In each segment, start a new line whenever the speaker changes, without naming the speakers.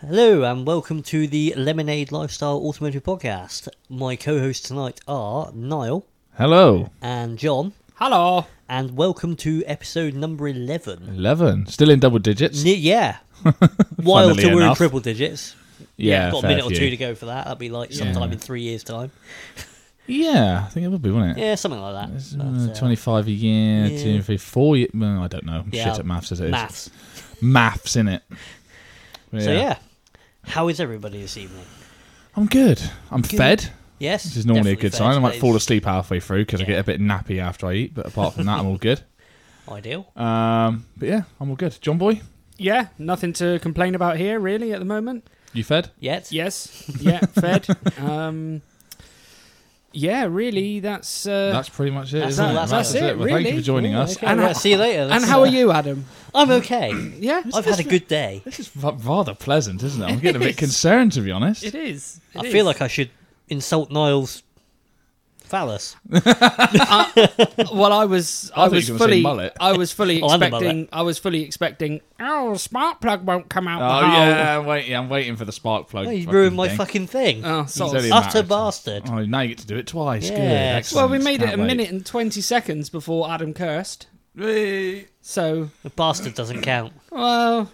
Hello and welcome to the Lemonade Lifestyle Automotive Podcast. My co-hosts tonight are Niall
Hello.
and John,
Hello.
and welcome to episode number eleven.
11. Still in double digits?
N- yeah, while
Funnily
till we're in
enough.
triple digits.
Yeah,
got a
fair
minute or
few.
two to go for that. That'd be like sometime in three years' time.
Yeah, I think it would be, wouldn't it?
Yeah, something like that.
It's, uh,
But, uh,
25 a year,
yeah.
two, three, four year. Well, I don't know. I'm
Yeah,
shit at maths as it is.
maths.
Maths, innit? Yeah.
So yeah, how is everybody this evening?
I'm good. I'm fed,
Yes,
which is normally a
definitely
good
fair
sign. I might
today's
fall asleep halfway through because
Yeah.
I get a bit nappy after I eat, but apart from that, I'm all good.
Ideal.
Um, but yeah, I'm all good. John Boy,
Yeah, nothing to complain about here really at the moment.
you fed?
Yet.
Yes. Yeah, fed. Um Yeah, really that's uh
That's pretty much it.
That's
isn't
all-
it?
that's
That's
it,
it. Well, thank you
really.
for joining
Oh,
us.
okay,
And
right,
how-
see you later.
And
That's,
how
uh,
are you, Adam?
I'm okay.
Yeah.
I've had a good day.
This is ra- rather pleasant, isn't it? I'm getting a
It
bit
is.
concerned, to be honest.
It is.
I feel like I should insult Niall's phallus.
well I was
I
I,
thought you were
was
gonna say
fully
mullet.
I was fully
Oh, and the mullet.
expecting I was fully expecting oh smart plug won't come out
Oh
the hole.
yeah, I'm waiting. I'm waiting for the spark plug.
Oh, you
fucking
ruined my
thing.
fucking thing.
Oh, soz.
only-
Utter
matter.
bastard.
Oh, now you get to do it twice. Good.
Yes.
Excellent.
Well, we made it a
Can't wait.
minute and 20 seconds before Adam cursed.
Whee!
So,
The bastard doesn't count.
well,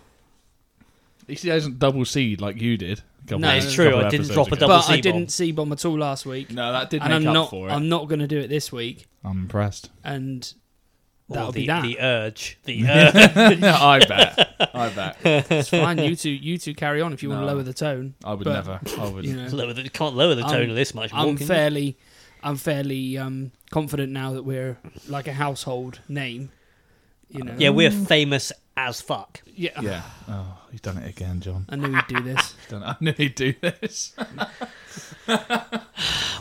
You see, I doesn't double seed like you did. a couple-
No,
a
it's
couple
true, I didn't
episodes
drop a
ago.
double-
but I
C-bomb.
didn't see bomb at all last week.
No, that did make
and I'm
up
not
for it. I'm,
I'm not going to do it this week
impressed.
and
Or
that'll
the,
be that.
the urge. The urge.
I bet. I bet.
It's fine. You two, you two carry on if you want
No.
to lower the tone.
I would
But,
never. I would.
You know,
lower the, can't lower the tone
I'm-
of this much more.
I'm
can you?
fairly, I'm fairly um, confident now that we're like a household name. You know.
Yeah, we're famous as fuck.
Yeah.
Yeah. Oh, you've done it again, John.
I knew we'd do this.
You've done it. I knew you'd do this.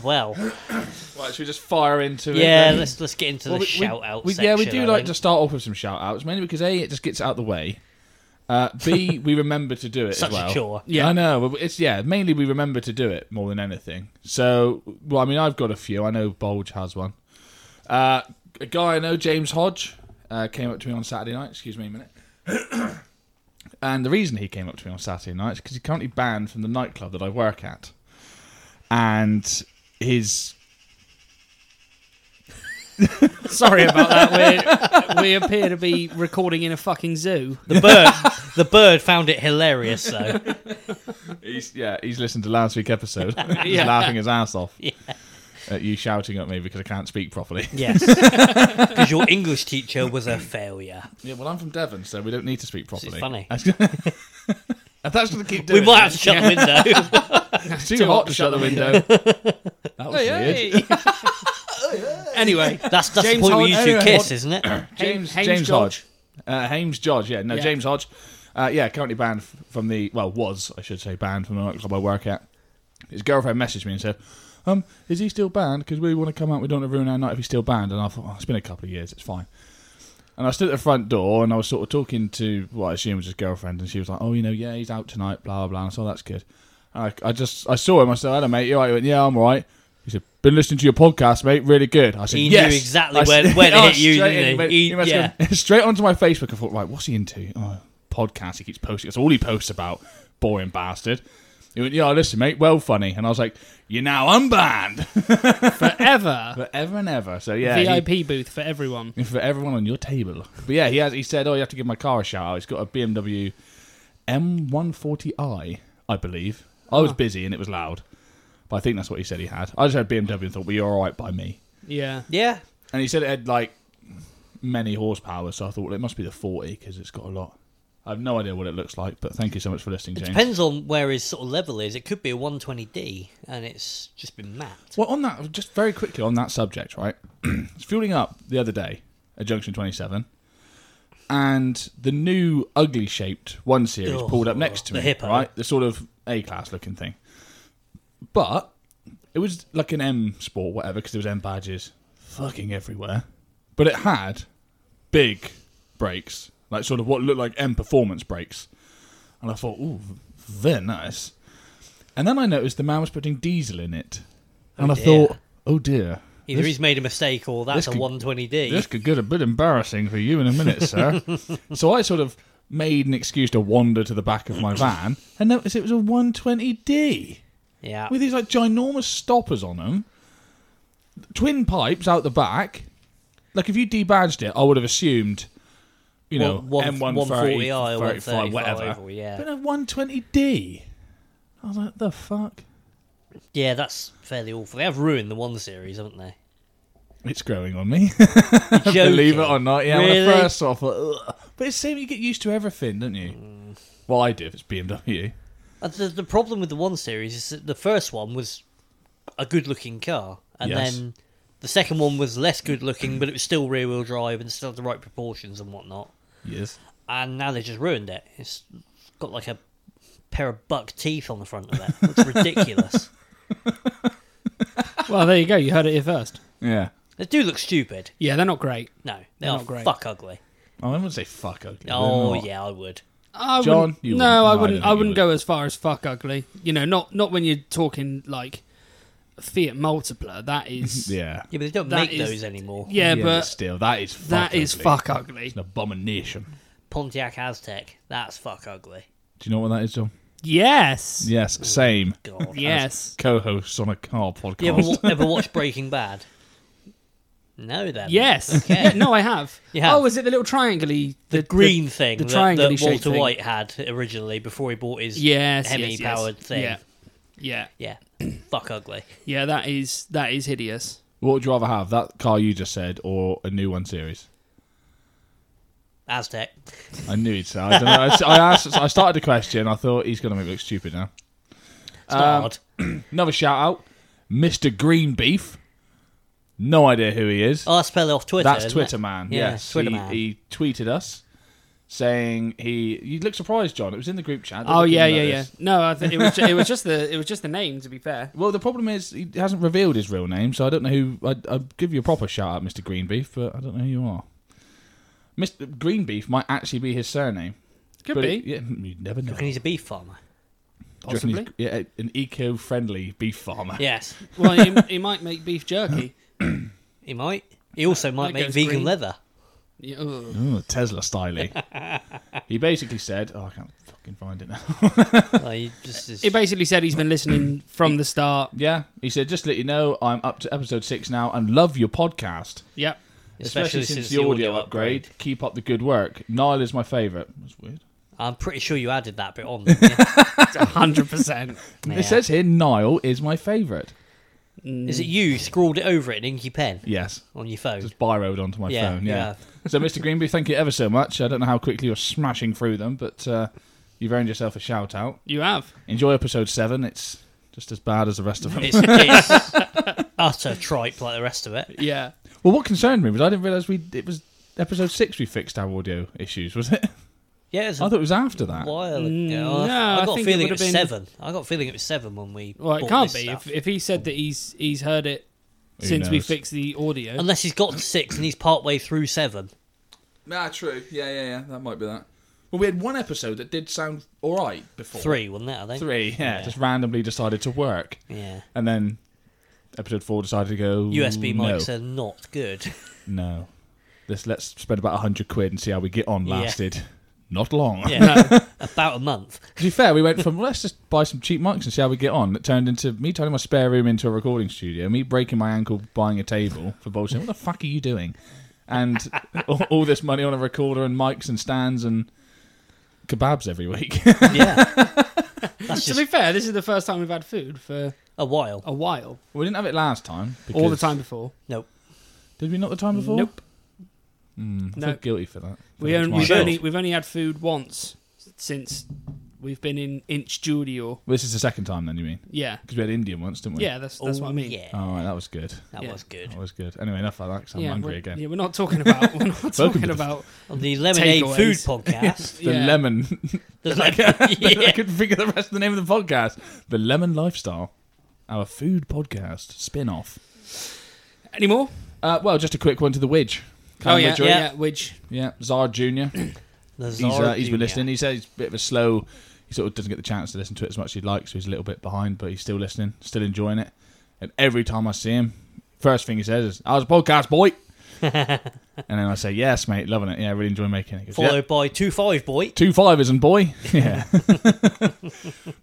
Well,
right, should we just fire into it?
yeah,
then?
let's let's get into
Well,
the
we- we-
shout out
we-
section.
Yeah, we do
I
like
think.
to start off with some shout outs, mainly because A, it just gets out of the way. Uh, B, we remember to do it
Such
as well.
a chore.
Yeah,
Yeah.
I know. Well, It's yeah, mainly we remember to do it more than anything. So, well, I mean, I've got a few. I know Bulge has one. Uh, a guy I know, James Hodge, uh, came up to me on Saturday night. Excuse me a minute. and the reason he came up to me on Saturday night is because he's currently banned from the nightclub that I work at, and his
Sorry about that. We're, we appear to be recording in a fucking zoo.
The bird, the bird found it hilarious though.
He's yeah, he's listened to last week's episode. he's laughing his ass off.
Yeah.
At you shouting at me because I can't speak properly.
Yes, because your English teacher was a failure.
Yeah, well, I'm from Devon, so we don't need to speak properly.
It's funny.
And that's going to keep
We
doing.
might have
it.
to shut the window.
It's too hot to shut the window. that was weird.
anyway,
That's that's
James
the point where you
Hod-
two
Hod-
kiss, isn't it?
James
Hames
James
Hodge.
Hodge, uh, Hames Hodge. Yeah, no,
Yeah.
James Hodge. Uh, yeah, currently banned f- from the well, was I should say banned from the nightclub I work at. His girlfriend messaged me and said, "Um, is he still banned? Because we want to come out. We don't want to ruin our night if he's still banned." And I thought, oh, it's been a couple of years. It's fine. And I stood at the front door and I was sort of talking to what I assume was his girlfriend, and she was like, "Oh, you know, yeah, he's out tonight, blah blah." And I said, "Oh, that's good." And I, I just I saw him. I said, "Hello, mate. You all right?" He went, "Yeah, I'm all right." He said, "Been listening to your podcast, mate. Really good." I said,
He knew
"Yes."
exactly
I
where-
said-
where to
Oh,
hit you,
straight
didn't
in.
he?
went-
He-
must
yeah.
go- straight onto my Facebook. I thought, right, what's he into? Oh, podcast. He keeps posting. That's all he posts about. Boring bastard. He went, yeah, listen, mate. Well, funny. And I was like, you're now unbanned
forever.
forever and ever. So yeah, he-
VIP booth for everyone.
for everyone on your table. But yeah, he has. He said, "Oh, you have to give my car a shout out." He's got a BMW M140i, I believe. I was busy and it was loud, but I think that's what he said he had. I just had BMW and thought, "Well, you're all right by me."
Yeah.
Yeah,
And he said it had like many horsepower, so I thought well, it must be the 40 because it's got a lot. I have no idea what it looks like, but thank you so much for listening, James.
Depends on where his sort of level is. It could be a 120D, and it's just been mapped.
Well, on that, just very quickly on that subject, right? it's fueling up the other day at Junction 27, and the new ugly shaped one series
Oh,
pulled up next to
the
me,
hippo.
right? The sort of A class looking thing, but it was like an M Sport, whatever, because there was M badges fucking everywhere, but it had big brakes, like sort of what looked like M performance brakes, and I thought, ooh, very nice. And then I noticed the man was putting diesel in it. And I
dear.
thought, oh dear.
Either
this,
he's made a mistake, or that's
this
a
could-
120D.
this could get a bit embarrassing for you in a minute, sir. so I sort of made an excuse to wander to the back of my van and noticed it was a 120D
Yeah.
with these like ginormous stoppers on them, twin pipes out the back. Like if you debadged it, I would have assumed, you know,
One- one-
M130,
140i,
35, whatever.
oval, yeah.
But a 120D. I was like, the fuck.
yeah, that's fairly awful. They have ruined the one series, haven't they?
It's growing on me.
You're
Believe it
joking.
or not, yeah. When
Really?
I first saw, it, I thought, "Ugh." but it's the same. You get used to everything, don't you? Well, I do. If it's BMW,
And Uh, The, the problem with the one series is that the first one was a good looking car, and
Yes.
then the second one was less good looking, but it was still rear wheel drive and still had the right proportions and whatnot.
yes.
And now they just ruined it. It's got like a pair of buck teeth on the front of it. It's ridiculous.
Well, there you go. You heard it here first.
Yeah.
They do look stupid.
Yeah, they're not great.
No, they
They're
are
not great.
fuck ugly.
Oh, I wouldn't say fuck ugly. They're
Oh
not.
yeah, I would.
I
John,
wouldn't-
you
no,
wouldn't.
I
No, I
wouldn't.
don't
I,
think you
wouldn't
would.
go as far as fuck ugly. You know, not not when you're talking like Fiat Multipla. That is
Yeah.
Yeah, but they don't
That
make
is-
those anymore.
yeah,
but
but
still, that is fuck
that is
ugly.
fuck ugly.
It's an abomination.
Pontiac Aztec. That's fuck ugly.
Do you know what that is, John?
Yes.
Yes, same.
God.
Yes.
Co-hosts on a car podcast.
You ever, wa- ever watch Breaking Bad? No, then.
Yes.
Okay.
no, I have.
You have.
Oh, is it the little triangle-y? The, the
green thing
the
that,
triangle
that
shaped
Walter
thing.
White had originally before he bought his
yes, yes,
Hemi
yes.
powered thing.
Yeah. Yeah.
Yeah. Fuck ugly.
Yeah, that is that is hideous.
what would you rather have, that car you just said, or a new one series?
Aztec.
I knew he'd say. I don't know. I s- I asked. I started the question. I thought he's going to make me look stupid now.
It's
Um,
not hard.
Another shout out, Mr. Green Beef. No idea who he is.
I'll spell it off Oh, Twitter.
That's
isn't
Twitter
it?
man.
Yeah,
yes,
Twitter
he,
man.
he tweeted us saying he. You look surprised, John. It was in the group chat.
Oh
Didn't
yeah,
you
yeah, yeah.
notice?
No, I th- it was ju- it was just the it was just the name. To be fair,
Well, the problem is he hasn't revealed his real name, so I don't know who. I'd, I'd give you a proper shout out, Mr. Green Beef, but I don't know who you are. Mr. Green Beef might actually be his surname.
could
but
be
it- yeah, you never know.
Reckon he's a beef farmer.
Do you reckon he's-
possibly.
yeah, an eco-friendly beef farmer.
Yes.
well, he, he might make beef jerky.
He might. He also might
that
make
goes
vegan
green.
leather.
Yeah, ugh.
Ooh, Tesla styling. he basically said, "Oh, I can't fucking find it now."
Well, he just is-
He basically said he's been listening from the start.
Yeah, he said, "Just to let you know, I'm up to episode six now, and love your podcast,
Yep.
Especially since the audio upgrade.
Keep up the good work. Niall is my favourite." That's weird.
I'm pretty sure you added that bit on. didn't you?
hundred percent.
Yeah.
It says here, "Niall is my favourite."
Is it you scrawled it over in inky pen
Yes,
on your phone?
just borrowed onto my
Yeah,
phone.
you
Yeah. so, Mr. Greenby, thank you ever so much. I don't know how quickly you're smashing through them, but uh, you've earned yourself a shout out.
You have.
Enjoy episode seven. It's just as bad as the rest of them.
It's, it's utter tripe like the rest of it.
Yeah.
Well, what concerned me was I didn't realise we it was episode six we fixed our audio issues, was it?
Yeah, it's
I thought it was after that.
while
Mm,
ago. I-
no,
I
I
got a
think it
feeling
would
it was
have been-
seven. I got a feeling it was seven when we.
Well, it
bought
can't
this
be.
stuff.
If, if he said that he's he's heard it
Who
since we
knows?
fixed the audio.
Unless he's got to six and he's part way through seven.
Ah, true. Yeah, yeah, yeah. That might be that. Well, we had one episode that did sound all right before.
Three, wasn't it? I think.
Three, yeah.
Yeah.
Just randomly decided to work.
Yeah.
And then episode four decided to go.
Mm,
USB
no,
mics are not good.
No. This, let's spend about 100 quid and see how we get on.
Yeah.
Lasted not long.
Yeah. About a month.
to be fair, we went from let's just buy some cheap mics and see how we get on. It turned into me turning my spare room into a recording studio, me breaking my ankle buying a table for Bolton. What the fuck are you doing? And all, all this money on a recorder and mics and stands and kebabs every week.
Yeah. That's
to
just
be fair, this is the first time we've had food for
a while.
a while.
we didn't have it last time.
All the
because-
time before.
Nope.
Did we not the time before?
Nope.
Mm, I feel
Nope.
guilty for that.
We
That was
only,
my
we've,
Sure.
fault.
only, we've only had food once since we've been in Inch Studio.
Well, this is the second time then, you mean?
Yeah.
Because we had Indian once, didn't we?
Yeah, that's that's
Oh,
what I mean.
Yeah.
All right, that was good.
that
yeah.
was good.
That was good. Anyway, enough like that 'cause I'm
yeah,
hungry
we're,
again.
yeah, we're not talking about we're not
Welcome to
talking
the-
about
On the Lemonade
Oh. Takeaways.
Food Podcast.
The
yeah.
lemon
There's like,
I
yeah.
couldn't figure the rest of the name of the podcast. The Lemon Lifestyle, our food podcast spin off.
anymore.
Uh, well, just a quick one to the Widge.
Oh yeah,
Madrid.
yeah, which
Yeah, Czar Jr.
The
He's, uh,
Zara
he's been
Junior.
listening. He says he's a bit of a slow, he sort of doesn't get the chance to listen to it as much as he'd like, so he's a little bit behind, but he's still listening, still enjoying it. And every time I see him, first thing he says is, How's the podcast, boy? and then I say, yes, mate, loving it. Yeah, I really enjoy making it. He goes,
Followed
"Yep,
by two five boy.
Two fivers and boy. Yeah. but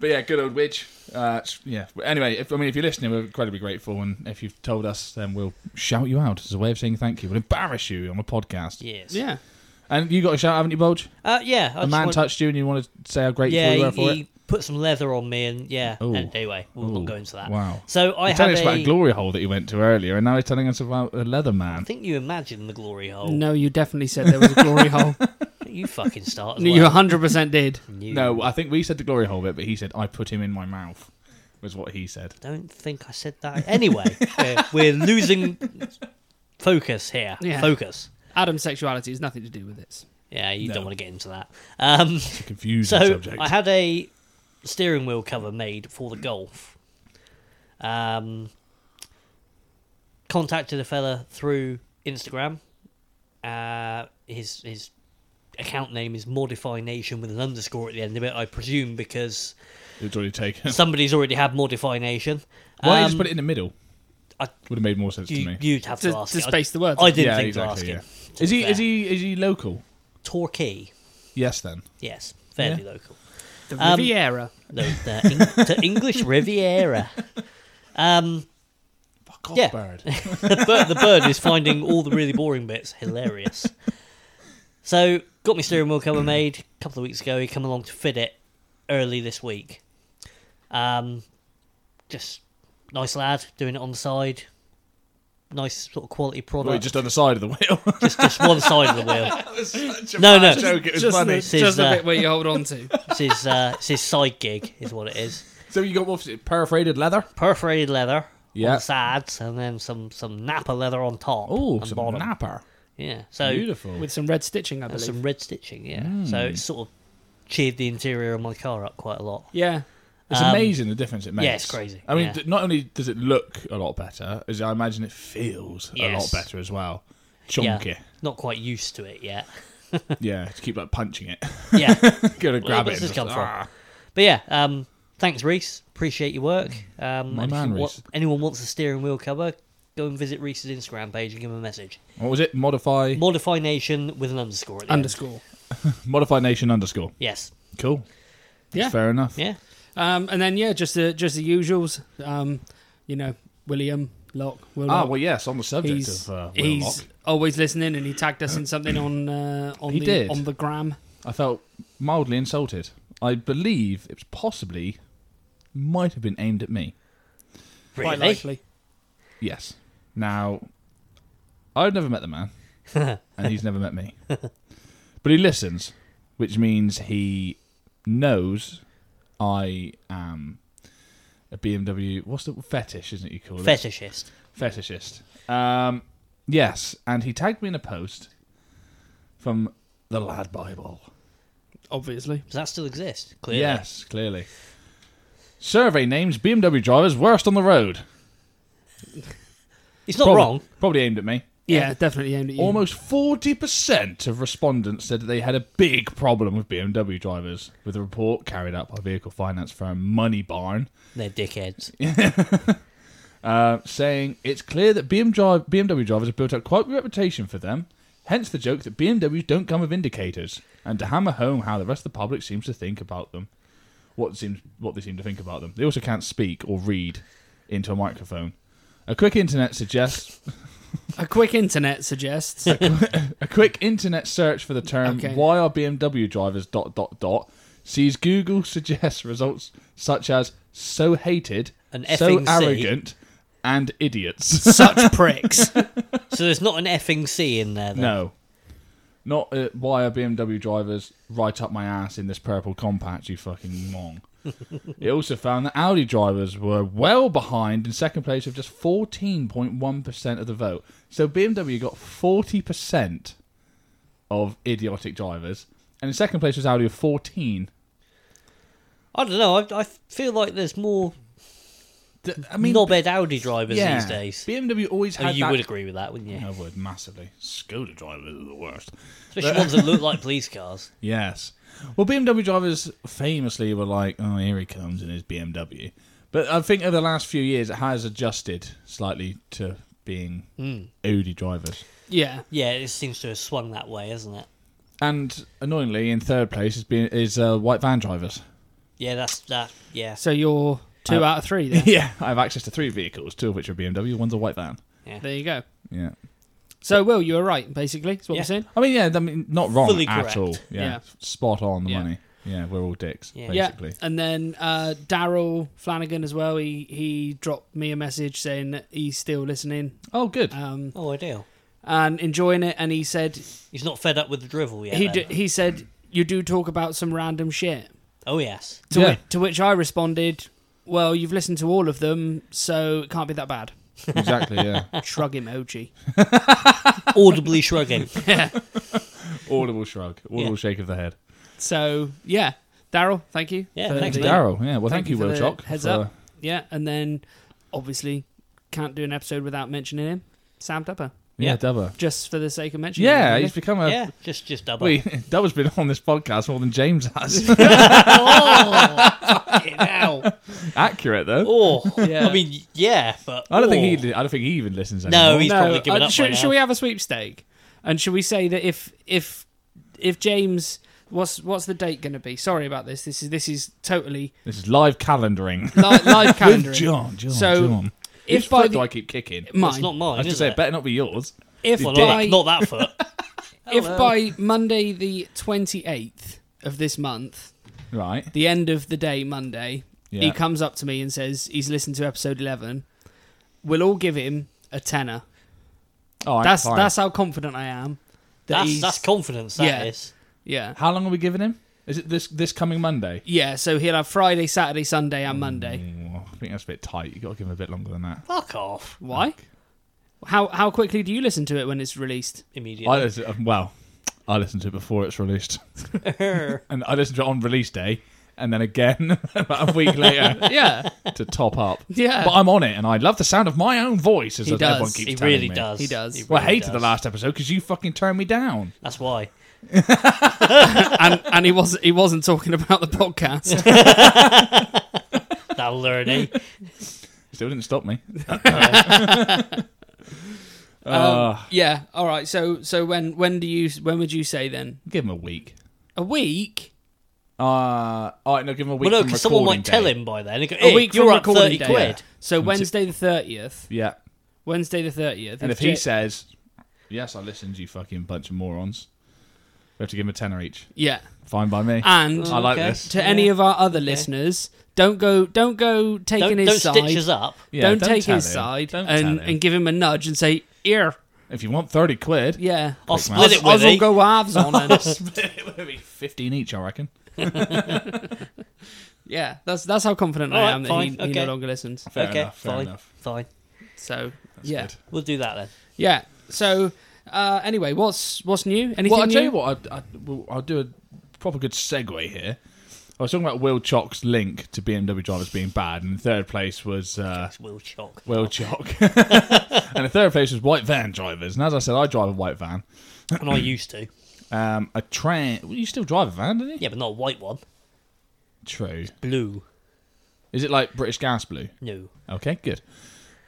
yeah, good old witch. Uh, it's- yeah. But Anyway, if, I mean, if you're listening, we're incredibly grateful. And if you've told us, then we'll shout you out as a way of saying thank you. We'll embarrass you on a podcast.
Yes.
Yeah.
And you got a shout, haven't you, Bulge?
Uh, yeah. I
a
just
man
want-
touched you and you want to say how grateful
Yeah.
you were
He,
for
he put some leather on me, and yeah.
Ooh.
And anyway, we'll
Ooh.
not go into
it.
that.
Wow.
So I
You're telling
have
us about a
a.
glory hole that you went to earlier, and now he's telling us about a leather
I
man.
think you imagined the glory hole.
No, you definitely said there was a glory hole.
You fucking start. As
You
well.
100% did.
You-
No, I think we said the glory hole bit, but he said I put him in my mouth, was what he said.
don't think I said that. Anyway, we're, we're losing focus here.
Yeah.
Focus.
Adam sexuality has nothing to do with this.
Yeah, you
No.
don't want to get into that. Um,
It's a confusing
so
subject.
I had a steering wheel cover made for the Golf. Um, contacted a fella through Instagram. Uh, his his account name is Modify Nation with an underscore at the end of it, I presume, because
It's already taken.
somebody's already had Modify Nation.
Why don't you just
Um,
put it in the middle?
I-
Would have made more sense to
you,
me.
you'd have to,
To,
ask.
to
it. I-
space the words.
I didn't
Yeah,
think
exactly,
to
yeah.
ask him. to
Is
be
he
fair.
is he is he local?
Torquay?
Yes, then.
Yes, fairly local.
the
um,
Riviera.
No, the, Eng- the English Riviera. Um,
Fuck off,
Yeah.
bird.
the, bird, the bird is finding all the really boring bits hilarious. So, got my steering wheel cover made a couple of weeks ago. He come along to fit it early this week. Um, just nice lad doing it on the side. Nice sort of quality product.
Well, you're just on the side of the wheel.
just just one side of the wheel.
that was such a
No,
bad
no.
joke. It was
just
funny.
the,
This is,
just the
uh,
bit where you hold on to.
It's his, uh, it's his side gig, is what it is.
So you got what was it, perforated leather?
perforated leather on
Yeah.
the sides, and then some some nappa leather on top.
Oh,
and
some
bottom.
napper.
yeah. So
Beautiful.
With some red stitching, I
and
believe.
some red stitching. Yeah. So
Hmm.
it sort of cheered the interior of my car up quite a lot.
Yeah.
It's
Um,
amazing the difference it makes.
yeah, it's crazy,
I mean,
yeah.
th- not only does it look a lot better, as I imagine it feels a lot
Yes.
better as well. Chunky.
Yeah. Not quite used to it yet.
Yeah, to keep like punching it.
Yeah.
Go to grab
does
it.
this
and
come
just,
from?
"Ah."
but yeah. Um. Thanks, Reese. Appreciate your work. Um,
Hmm.
and
My
if
man,
you wa-
Reese.
anyone wants a steering wheel cover, go and visit Reese's Instagram page and give him a message.
What was it? Modify
Modify Nation with an underscore at the end.
Underscore.
Modify Nation underscore.
Yes.
Cool. That's
Yeah.
fair enough.
Yeah.
Um, and then, yeah, just the, just the usuals. Um, you know, William, Locke, Will
Ah,
Locke.
well, yes, on the subject of
he's
uh, Will
he's
Locke,
always listening, and he tagged us in something on uh, on
He
the
did.
on the gram.
I felt mildly insulted. I believe it was possibly, might have been aimed at me.
Really?
Quite likely.
Yes. Now, I've never met the man, and he's never met me. But he listens, which means he knows I am a BMW. What's the fetish? Isn't it you call it
Fetishist.
fetishist? Um, yes, and he tagged me in a post from the Lad Bible.
Obviously.
Does that still exist? Clearly.
Yes, clearly. Survey names BMW drivers worst on the road.
It's not
Probably-
wrong.
Probably aimed at me.
Yeah, definitely aimed at you.
Almost 40% of respondents said that they had a big problem with BMW drivers, with a report carried out by vehicle finance firm Money Barn
They're dickheads.
uh, saying it's clear that BMW, BMW drivers have built up quite a reputation for them, hence the joke that BMWs don't come with indicators, and to hammer home how the rest of the public seems to think about them. What seems what they seem to think about them. They also can't speak or read into a microphone. A quick internet suggests
A quick internet suggests.
A quick internet search for the term
Okay.
"Why are BMW drivers dot dot dot?" sees Google suggests results such as "so hated,"
An
"so
effing C.
arrogant," and "idiots."
Such pricks.
So there's not an effing C in there, then.
no, not uh, "Why are BMW drivers right up my ass in this purple compact?" You fucking mong. it also found that Audi drivers were well behind in second place with just fourteen point one percent of the vote. So BMW got forty percent of idiotic drivers, and in second place was Audi with fourteen.
I don't know. I, I feel like there's more
I mean,
knobhead Audi drivers these days.
BMW always
Oh,
had
you
that.
would agree with that, wouldn't you?
I would massively. Skoda drivers are the worst.
Especially ones that look like police cars.
Yes. Well, BMW drivers famously were like, "Oh, here he comes in his BMW," but I think over the last few years it has adjusted slightly to being
Hmm.
Mm.
Audi drivers.
Yeah.
Yeah, it seems to have swung that way, hasn't it?
And annoyingly, in third place is being is uh, white van drivers.
Yeah, that's that. Yeah,
So you're two
Uh,
I-
out of three then.
yeah, I have access to three vehicles, two of which are BMW, one's a white van.
There you go.
Yeah,
So Will, you were right, basically. That's what
Yeah.
we're saying.
I mean, yeah, I mean, not wrong
Fully
at
correct.
all. Yeah.
Yeah.
spot on the
Yeah.
money. Yeah, we're all dicks
Yeah.
Yeah.
basically.
And then uh, Daryl Flanagan as well. He he dropped me a message saying that he's still listening
Oh, good.
um,
Oh, ideal.
and enjoying it. And he said
He's not fed up with the drivel yet.
he
then.
d- he said you do talk about some random shit.
Oh yes.
To,
Yeah.
which, to which I responded, "Well, you've listened to all of them, so it can't be that bad."
exactly. Yeah,
Shrug emoji.
Audibly shrugging.
audible shrug, audible shake of the head.
So yeah, Daryl, thank you.
Yeah,
for
thanks,
the-
mate.
Daryl. Yeah. Well,
Thank
thank,
you
you,
for
Will
the
Chock.
heads
for-
up. Yeah, and then obviously can't do an episode without mentioning him, Sam Dupper,
Yeah,
Yeah.
Dubber.
just for the sake of mentioning. him,
Yeah,
really.
he's become a.
yeah, just just double.
Uh, Wait, Dubber's been on this podcast more than James has.
oh, fucking hell.
Accurate though.
Oh,
Yeah.
I mean, yeah, but
I don't
oh.
think he. I don't think he even listens
No,
anymore.
he's probably given up by
uh, Should,
now.
should we have a sweepstake? And should we say that if if if James, what's what's the date going to be? Sorry about this. This is this is totally
This is live calendaring.
li- live
With
calendar.
John, John,
So,
John.
if
Whose
by
foot
the-
do I keep kicking?
It's not mine.
I was
is
just say,
it?
it better not be yours.
if
well,
dick.
not,
by
that, not that foot.
if by Monday the twenty eighth of this month,
Right.
the end of the day Monday, he
Yeah.
comes up to me and says he's listened to episode 11 we'll all give him a tenner
All right,
that's
fine.
that's how confident i am that
That's
he's-
that's confidence.
Yeah.
That is.
yeah
How long are we giving him? Is it this this coming Monday?
yeah so he'll have friday saturday sunday and monday
Oh, I think that's a bit tight. You got to give him a bit longer than that.
Fuck off
why how how quickly do you listen to it when it's released
I
immediately.
listen, um, well, I listened to it before it's released, and I listened to it on release day, and then again about a week later
yeah
to top up.
Yeah.
but I'm on it, and I love the sound of my own voice. As
He does.
everyone keeps
he
telling
really
me.
does.
He does.
He
Well, I
really
hated the
does.
last episode because you fucking turned me down.
That's why.
and and he wasn't he wasn't talking about the podcast
That'll learn. Eh?
Still didn't stop me.
um,
Uh,
yeah all right so so when when do you when would you say then
give him a week.
a week
Uh, all right, no, give him a week.
well, no,
from
because someone
recording
might tell
day.
him by then. They Go,
a
hey,
week
you're
from
up thirty
recording day.
quid.
so wednesday the 30th
Yeah,
wednesday the 30th
and if he
Ja-
says, "Yes, I listened," you fucking bunch of morons. We have to give him a tenner each.
yeah
Fine by me.
and
I like
Okay.
this.
to any of our other listeners, don't go don't go taking
Don't,
his
don't
side.
stitch us up.
Yeah,
don't, take
tell
his
him.
side
Don't tell
and,
him.
and give him a nudge and say, "Here,
If you want 30 quid,
yeah,
I'll
Quick
split
mouse.
it with
Oz will
you.
go halves on him."
it would be 15 each, I reckon.
yeah, that's that's how confident I
Alright,
am that
fine,
he, he no
okay.
longer listens.
Fair
okay,
enough, fair
fine,
enough.
fine.
So yeah,
Good.
We'll do that then.
yeah. So uh, anyway, what's what's new? Anything
Well, I'll
new?
tell you what, I, I, well, I'll do a proper good segue here. I was talking about Will Chock's link to BMW drivers being bad, and in third place was uh,
That's Will Chalk.
Will Chock. and in third place was white van drivers. And as I said, I drive a white van.
and I used to.
Um, a train. Well, you still drive a van, don't you?
Yeah, but not a white one.
True.
Blue.
Is it like British Gas Blue?
No.
Okay, good.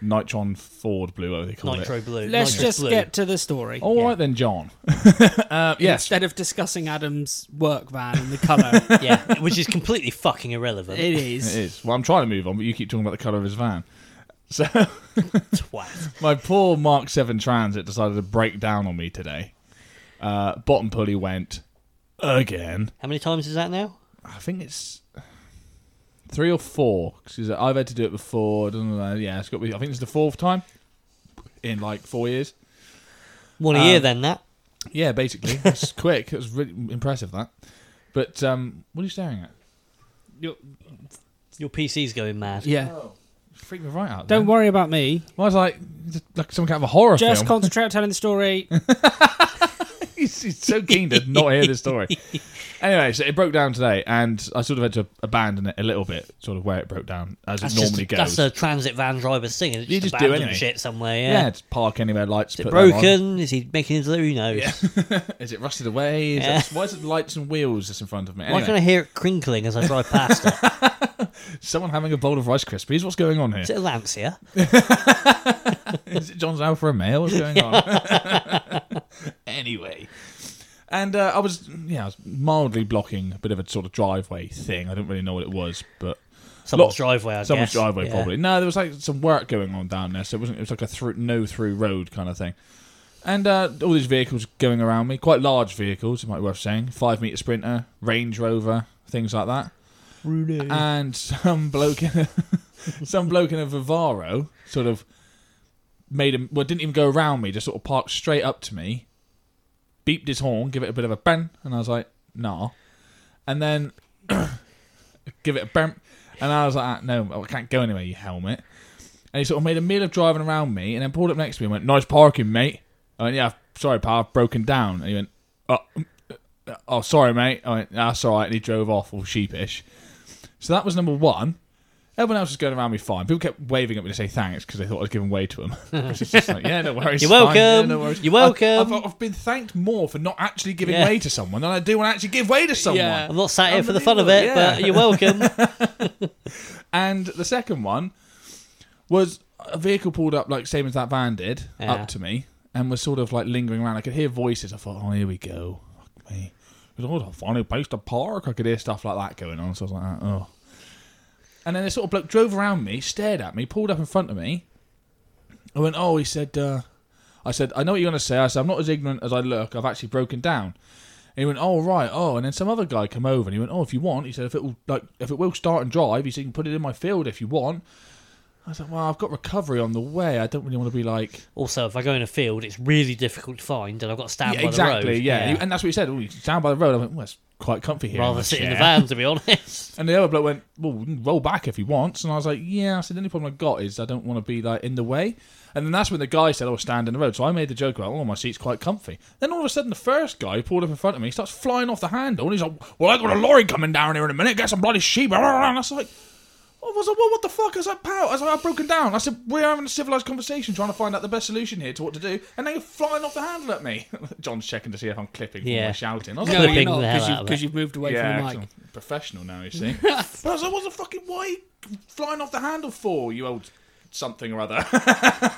Nitron Ford Blue, whatever they call it.
Nitro blue.
Let's
Nitro
just
blue.
get to the story.
All right
Yeah.
then, John. uh, Oh, yes.
Instead of discussing Adam's work van and the colour,
yeah, which is completely fucking irrelevant.
it
It
is.
is. Well, I'm trying to move on, but you keep talking about the colour of his van. So,
Twat.
my poor Mark 7 Transit decided to break down on me today. Uh, bottom pulley went again.
How many times is that now?
I think it's three or four. 'cause he's- I've had to do it before. don't know, Yeah, it's got. to be- I think it's the fourth time in like four years.
One a
Um,
year then. That
Yeah, basically. It's quick. It was really impressive, that. But um, what are you staring at?
your PC's going mad.
Yeah.
Freak me right out.
Don't
then.
worry about me.
I was like, just like some kind of a horror
Just
film.
concentrate on telling the story.
he's, he's so keen to not hear this story. Anyway, so it broke down today, and I sort of had to abandon it a little bit, sort of where it broke down, as
That's
it normally
just,
goes.
That's a transit van driver's thing. It's
You
just,
just do
abandon
anyway.
shit somewhere. Yeah.
yeah. just park anywhere, lights.
Is it
put them on.
broken? Is he making his delivery? Who knows?
Yeah. Is it rusted away? Is
Yeah.
that- why is it lights and wheels just in front of me?
Why
Anyway,
can I hear it crinkling as I drive past it?
someone having a bowl of Rice Krispies. What's going on here?
Is it a Lancia?
Is it John's alpha and male? What's going on? anyway. And uh, I was, yeah, I was mildly blocking a bit of a sort of driveway thing. I don't really know what it was, but
Someone's
Lot-
driveway, I
someone's
guess.
driveway
Yeah.
probably. No, there was like some work going on down there, so it wasn't. It was like a through, no through road kind of thing. And uh, all these vehicles going around me, quite large vehicles, it might be worth saying. Five meter sprinter, Range Rover, things like that. And some bloke in a, some bloke in a Vivaro sort of made him well didn't even go around me, just sort of parked straight up to me, beeped his horn, give it a bit of a bang, and I was like, nah. And then give it a bump. And I was like, ah, no, I can't go anywhere, you helmet. And he sort of made a meal of driving around me and then pulled up next to me and went, nice parking, mate. I went, yeah, sorry, pal, I've broken down. And he went, oh, mm, uh, oh sorry, mate. I went, that's all right. And he drove off all sheepish. So that was number one. Everyone else was going around me fine. People kept waving at me to say thanks because they thought I was giving way to them. It's just like, yeah, no worries.
You're
it's fine. Yeah,
welcome.
no worries.
You're
I've-
welcome.
I've, I've been thanked more for not actually giving
Yeah.
way to someone than I do when I actually give way to someone.
Yeah.
I'm not sat here for the fun of it,
Unbelievable, yeah.
but you're welcome.
And the second one was a vehicle pulled up, like same as that van did,
Yeah.
up to me, and was sort of like lingering around. I could hear voices. I thought, oh, here we go. Fuck me. It was all a funny place to park. I could hear stuff like that going on. So I was like, oh. And then this sort of bloke drove around me, stared at me, pulled up in front of me. I went, oh, he said, uh, I said, I know what you're going to say. I said, I'm not as ignorant as I look. I've actually broken down. And he went, oh right, oh. And then some other guy come over and he went, oh, if you want, he said, if it will like if it will start and drive, he said, you can put it in my field if you want. I said, well, I've got recovery on the way. I don't really want to be like
Also, if I go in a field, it's really difficult to find, and I've got to stand
Yeah,
by the
exactly,
road.
yeah. And that's what he said. Oh, you can stand by the road. I went, well, it's quite comfy here.
Rather
my
sit in the
chair."
van, to be honest.
And the other bloke went, well, we can roll back if he wants. And I was like, yeah. I said, the only problem I've got is I don't want to be like in the way. And then that's when the guy said, oh, stand in the road. So I made the joke about, oh, my seat's quite comfy. Then all of a sudden, the first guy who pulled up in front of me starts flying off the handle. And he's like, well, i got a lorry coming down here in a minute. Get some bloody sheep. And I was like, "Oh, I was like, well, what the fuck? I was like, pal, I was like, I've broken down. I said, we're having a civilized conversation trying to find out the best solution here to what to do. And now you're flying off the handle at me. John's checking to see if I'm clipping from
Yeah.
my shouting. I was
No,
like,
you're
Clipping the hell out
not
of it.
because you, have moved away from the mic.
'cause I'm a professional now, you see. but I was like, what the fucking, why are you flying off the handle for, you old something or other?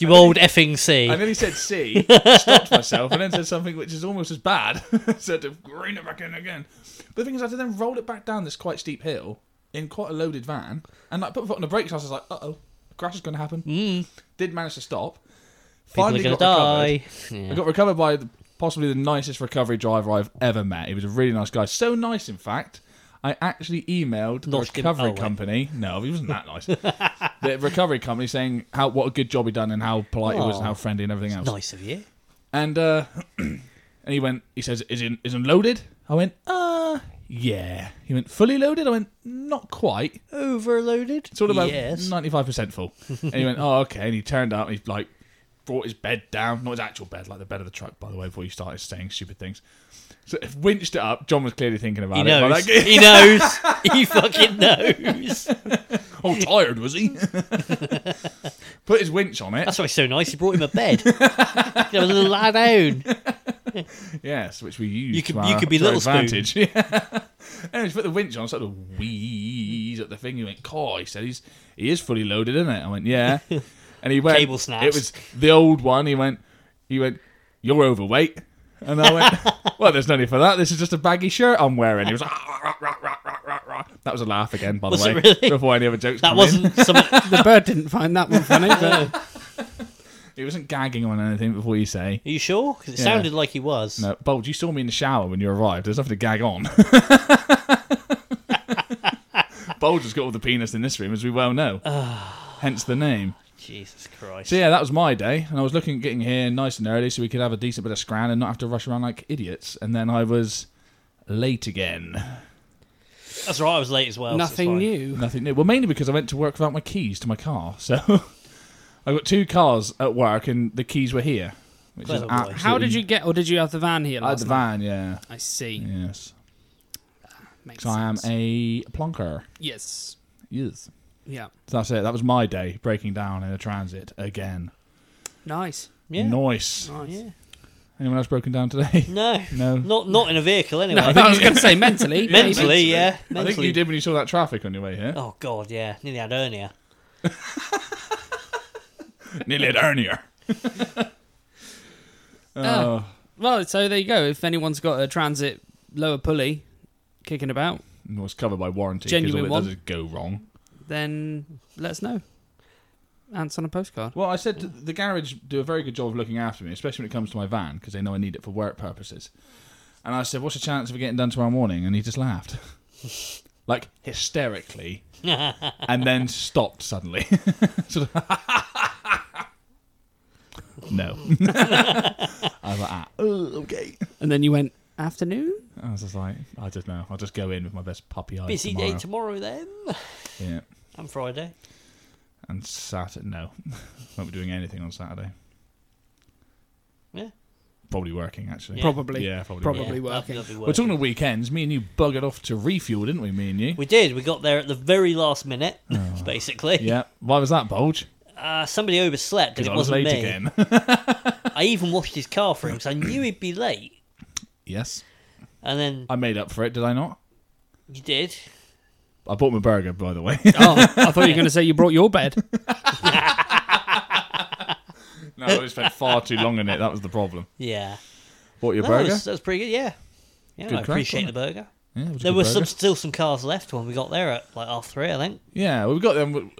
You old effing C.
I nearly said C, stopped myself, and then said something which is almost as bad. so I had to rein it back in again. But the thing is, I had to then roll it back down this quite steep hill in quite a loaded van, and like put my foot on the brakes. I was like, uh oh, a crash is going to happen. Mm. Did manage to stop.
People are
Finally
going to
got recovered.
die. Yeah.
I got recovered by the, possibly the nicest recovery driver I've ever met. He was a really nice guy. So nice, in fact, I actually emailed the
Not him-
recovery
oh, wait.
company. No, he wasn't that nice. the recovery company saying how what a good job he done and how polite he was and
Aw.
how friendly and everything else.
Oh, Nice of you.
And uh, and he went. He says, "Is it is it loaded?" I went, "Uh, yeah." He went, "Fully loaded?" I went, "Not quite."
Overloaded?
Sort of
Yes.
about 95% full. And he went, oh, okay. And he turned up and he like brought his bed down, not his actual bed, like the bed of the truck, by the way, before you started saying stupid things. So if winched it up, John was clearly thinking about
He
it.
knows.
Like,
he knows. He fucking knows.
oh, tired was he? Put his winch on it.
That's why he's so nice. He brought him a bed. You have a little lie down.
Yes, which we used.
You could-
to
you
our-
could be
to our
Little Spoon.
advantage. Yeah. and he put the winch on, sort of wheeze at the thing. He went, "Coy," he said, "He's he is fully loaded, isn't it?" I went, "Yeah." And he went,
Cable snaps.
It was the old one. He went, he went, "You're overweight," and I went, "Well, there's no need for that. This is just a baggy shirt I'm wearing." He was, like, "Ah, rah, rah, rah, rah, rah, rah." that was a laugh again, by
Was
the
it
way,
really?
before any other jokes.
That
come in.
wasn't some.
The bird didn't find that one funny. But
He wasn't gagging on anything before you say.
Are you sure? Because it
Yeah.
sounded like he was.
No, Bold, you saw me in the shower when you arrived. There's nothing to gag on. Bold has got all the penis in this room, as we well know. Hence the name.
Jesus Christ.
So yeah, that was my day, and I was looking at getting here nice and early so we could have a decent bit of scran and not have to rush around like idiots. And then I was late again.
That's right. I was late as well. so it's
nothing
fine.
new.
Nothing new. Well, mainly because I went to work without my keys to my car. So I got two cars at work, and the keys were here. Which
Clever boy.
is absolutely-
How did you get, or did you have the van here?
I had
Last
the
night?
van, yeah.
I see.
Yes.
Makes
So I am
sense.
a plonker.
yes.
Yes.
Yeah.
That's it. That was my day breaking down in a transit again.
Nice.
Yeah.
Nice.
Nice.
Yeah.
Anyone else broken down today?
No.
No.
Not not in a vehicle anyway.
No, I was going to say mentally.
mentally, yeah.
I
Mentally.
think you did when you saw that traffic on your way here.
Oh god, yeah. Nearly had hernia.
Nearly an earlier.
Oh. Well, so there you go. If anyone's got a transit lower pulley kicking about,
and was covered by warranty because all
Genuine
it
one.
does is go wrong.
then let us know. Ants on a postcard.
Well, I said th- the garage do a very good job of looking after me, especially when it comes to my van because they know I need it for work purposes. And I said, "What's the chance of it getting done tomorrow morning?" And he just laughed, like hysterically, and then stopped suddenly. Sort of no, I was like, ah, "Oh, okay."
And then you went, afternoon?
I was just like, "I don't know. I'll just go in with my best puppy eyes
Busy
tomorrow."
day tomorrow then,
yeah,
and Friday.
and Saturday. No, won't be doing anything on Saturday.
Yeah.
Probably working actually.
Yeah.
Probably.
Yeah, probably.
Probably.
yeah,
working.
that'll be
We're talking of weekends. Me and you buggered off to refuel, didn't we? Me and you.
We did. We got there at the very last minute, basically.
yeah. Why was that bulge?
Uh, somebody overslept, and
Because
it
I was
wasn't
late
me.
again.
I even washed his car for him because I knew he'd be late.
yes,
And then
I made up for it. Did I not?
you did.
I bought my burger, by the way.
Oh, I thought you were going to say you brought your bed.
no, I spent far too long on it. That was the problem.
Yeah.
Bought your
No, That
burger.
was, that was pretty good. Yeah. Yeah,
Good
I
crack,
appreciate the
wasn't
burger.
Yeah, it was a
There
good
were
burger.
some, still some cars left when we got there at like half three, I think.
Yeah, well, we got them.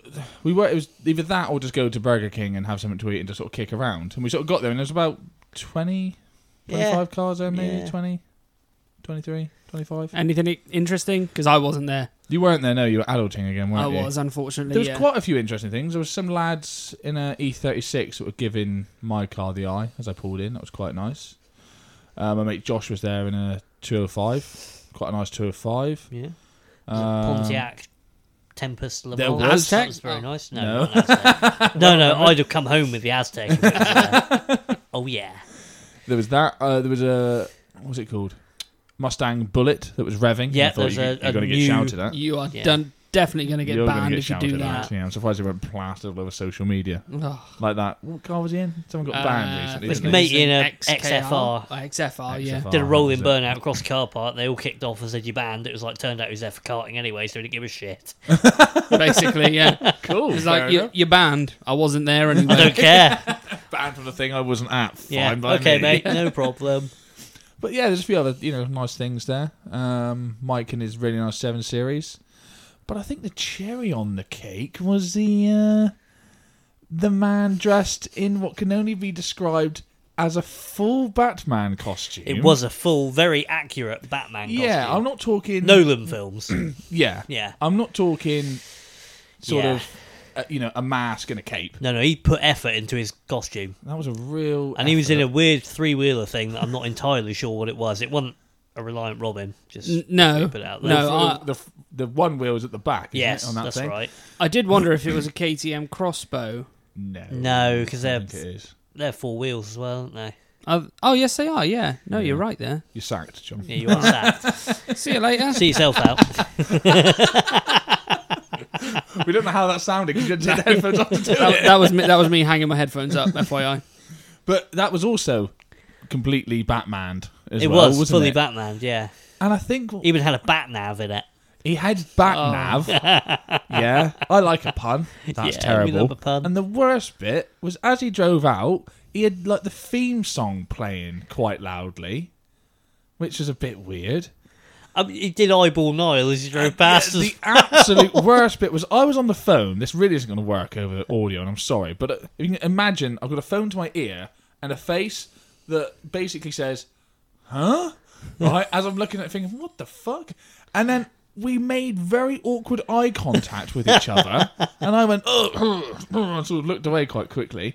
We were. It was either that or just go to Burger King and have something to eat and just sort of kick around. And we sort of got there, and there was about 20, 25
Yeah.
cars there, maybe
Yeah.
twenty, twenty-three, twenty-five. 20, 23, 25.
Anything i- interesting? Because I wasn't there.
you weren't there, no. You were adulting again, weren't
I
you?
was, unfortunately.
There was
yeah.
quite a few interesting things. There was some lads in a E36 that were giving my car the eye as I pulled in. That was quite nice. Um, my mate Josh was there in a 205, quite a nice 205.
Yeah.
Um,
Pontiac, Tempest, Le
there
Mans.
was-
That was very
Aztec?
nice. No,
No.
not an Aztec. no, no. I'd have come home with the Aztec. if it was, uh, oh yeah.
There was that. Uh, there was a what was it called? Mustang Bullet that was revving.
Yeah,
I thought
there's
you,
a-
you're
a
going to get
new-
shouted at.
You are
Uh, Yeah.
done, definitely going to get
You're gonna
banned
get
if you
shouted
do
at.
that.
Yeah, I'm surprised it weren't plastered all over social media
Ugh.
like that. What car was he in? Someone got
Uh,
banned
I think
recently.
mate
it was
in
an
a
XKR.
XFR.
Oh, XFR, yeah.
XFR.
Did a rolling
Oh,
burnout across car park. They all kicked off and said you banned. It was like turned out he was there for karting anyway, so he didn't give a shit.
Basically, yeah.
Cool.
It's
fair
like, you,
enough.
you're banned. I wasn't there anyway.
I don't care.
banned from the thing I wasn't at. Fine
yeah.
by
Okay,
me.
mate. No problem.
But yeah, there's a few other you know nice things there. Um, Mike and his really nice seven series. But I think the cherry on the cake was the uh, the man dressed in what can only be described as a full Batman costume.
It was a full, very accurate Batman.
Yeah,
costume.
I'm not talking.
Nolan films.
Yeah.
yeah.
I'm not talking sort
Yeah.
of uh, you know a mask and a cape.
No, no. He put effort into his costume,
That was a real.
and he was in a
effort.
weird three-wheeler thing that I'm not entirely sure what it was. It wasn't a Reliant Robin. Just
N- no,
put it out there.
The-
no, I-
Uh, the, the one wheel was at the back. isn't it,
Yes,
on that
that's
thing?
right.
I did wonder if it was a KTM crossbow.
No,
No, 'cause
I
they're-
think it is.
They're four wheels as well, aren't they?
i oh, yes, they are. Yeah. No, you're right there.
You're sacked, John.
Yeah, you are sacked.
See you later.
See yourself out.
We don't know how that sounded because you didn't take the headphones off to do
that, that was me, that was me hanging my headphones up. FYI.
But that was also completely Batman. As
It
well,
was
wasn't
fully
it?
Batman. Yeah,
And I think
even had a bat nav in it.
he had bat nav. yeah, I like a pun. That's
Oh. Yeah, we
terrible.
love a pun.
And the worst bit was as he drove out, he had like the theme song playing quite loudly, which was a bit weird.
I mean, he did eyeball Niall as he drove past us.
Uh, The absolute worst bit was I was on the phone. This really isn't going to work over the audio, and I'm sorry, but uh, you can imagine I've got a phone to my ear and a face that basically says, "Huh?" Right as I'm looking at it, thinking, "What the fuck?" And then we made very awkward eye contact with each other, and I went, "Ugh," and sort of looked away quite quickly.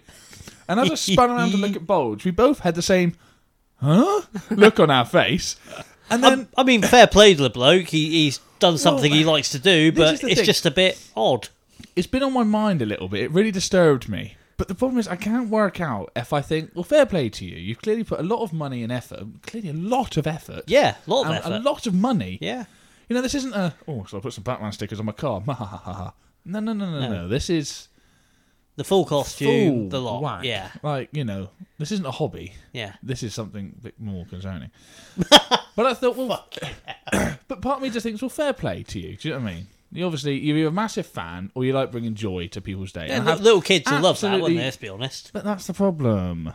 And as I spun around to look at Bulge, we both had the same, "Huh?" look on our face, and then.
I, I mean, fair play to the bloke. He, he's done something he likes to do,
is
but
the
it's
thing.
just a bit odd.
it's been on my mind a little bit. It really disturbed me. But the problem is, I can't work out if I think, well, fair play to you. You've clearly put a lot of money and effort, clearly a lot of effort.
Yeah, a lot of
and
effort.
A lot of money.
Yeah,
You know, this isn't a, oh, so I put some Batman stickers on my car. Ma ha ha ha ha. No, no, no, no, no, no. This is
the full costume,
full
the lot.
whack.
Yeah,
Like, you know, this isn't a hobby
yeah.
this is something a bit more concerning. but I thought, well, but part of me just thinks, well, fair play to you. Do you know what I mean? You obviously you're either a massive fan or you like bringing joy to people's day.
Yeah,
And I
li-
have-
little kids will love that, wouldn't
absolutely-
they? Let's be honest.
but that's the problem.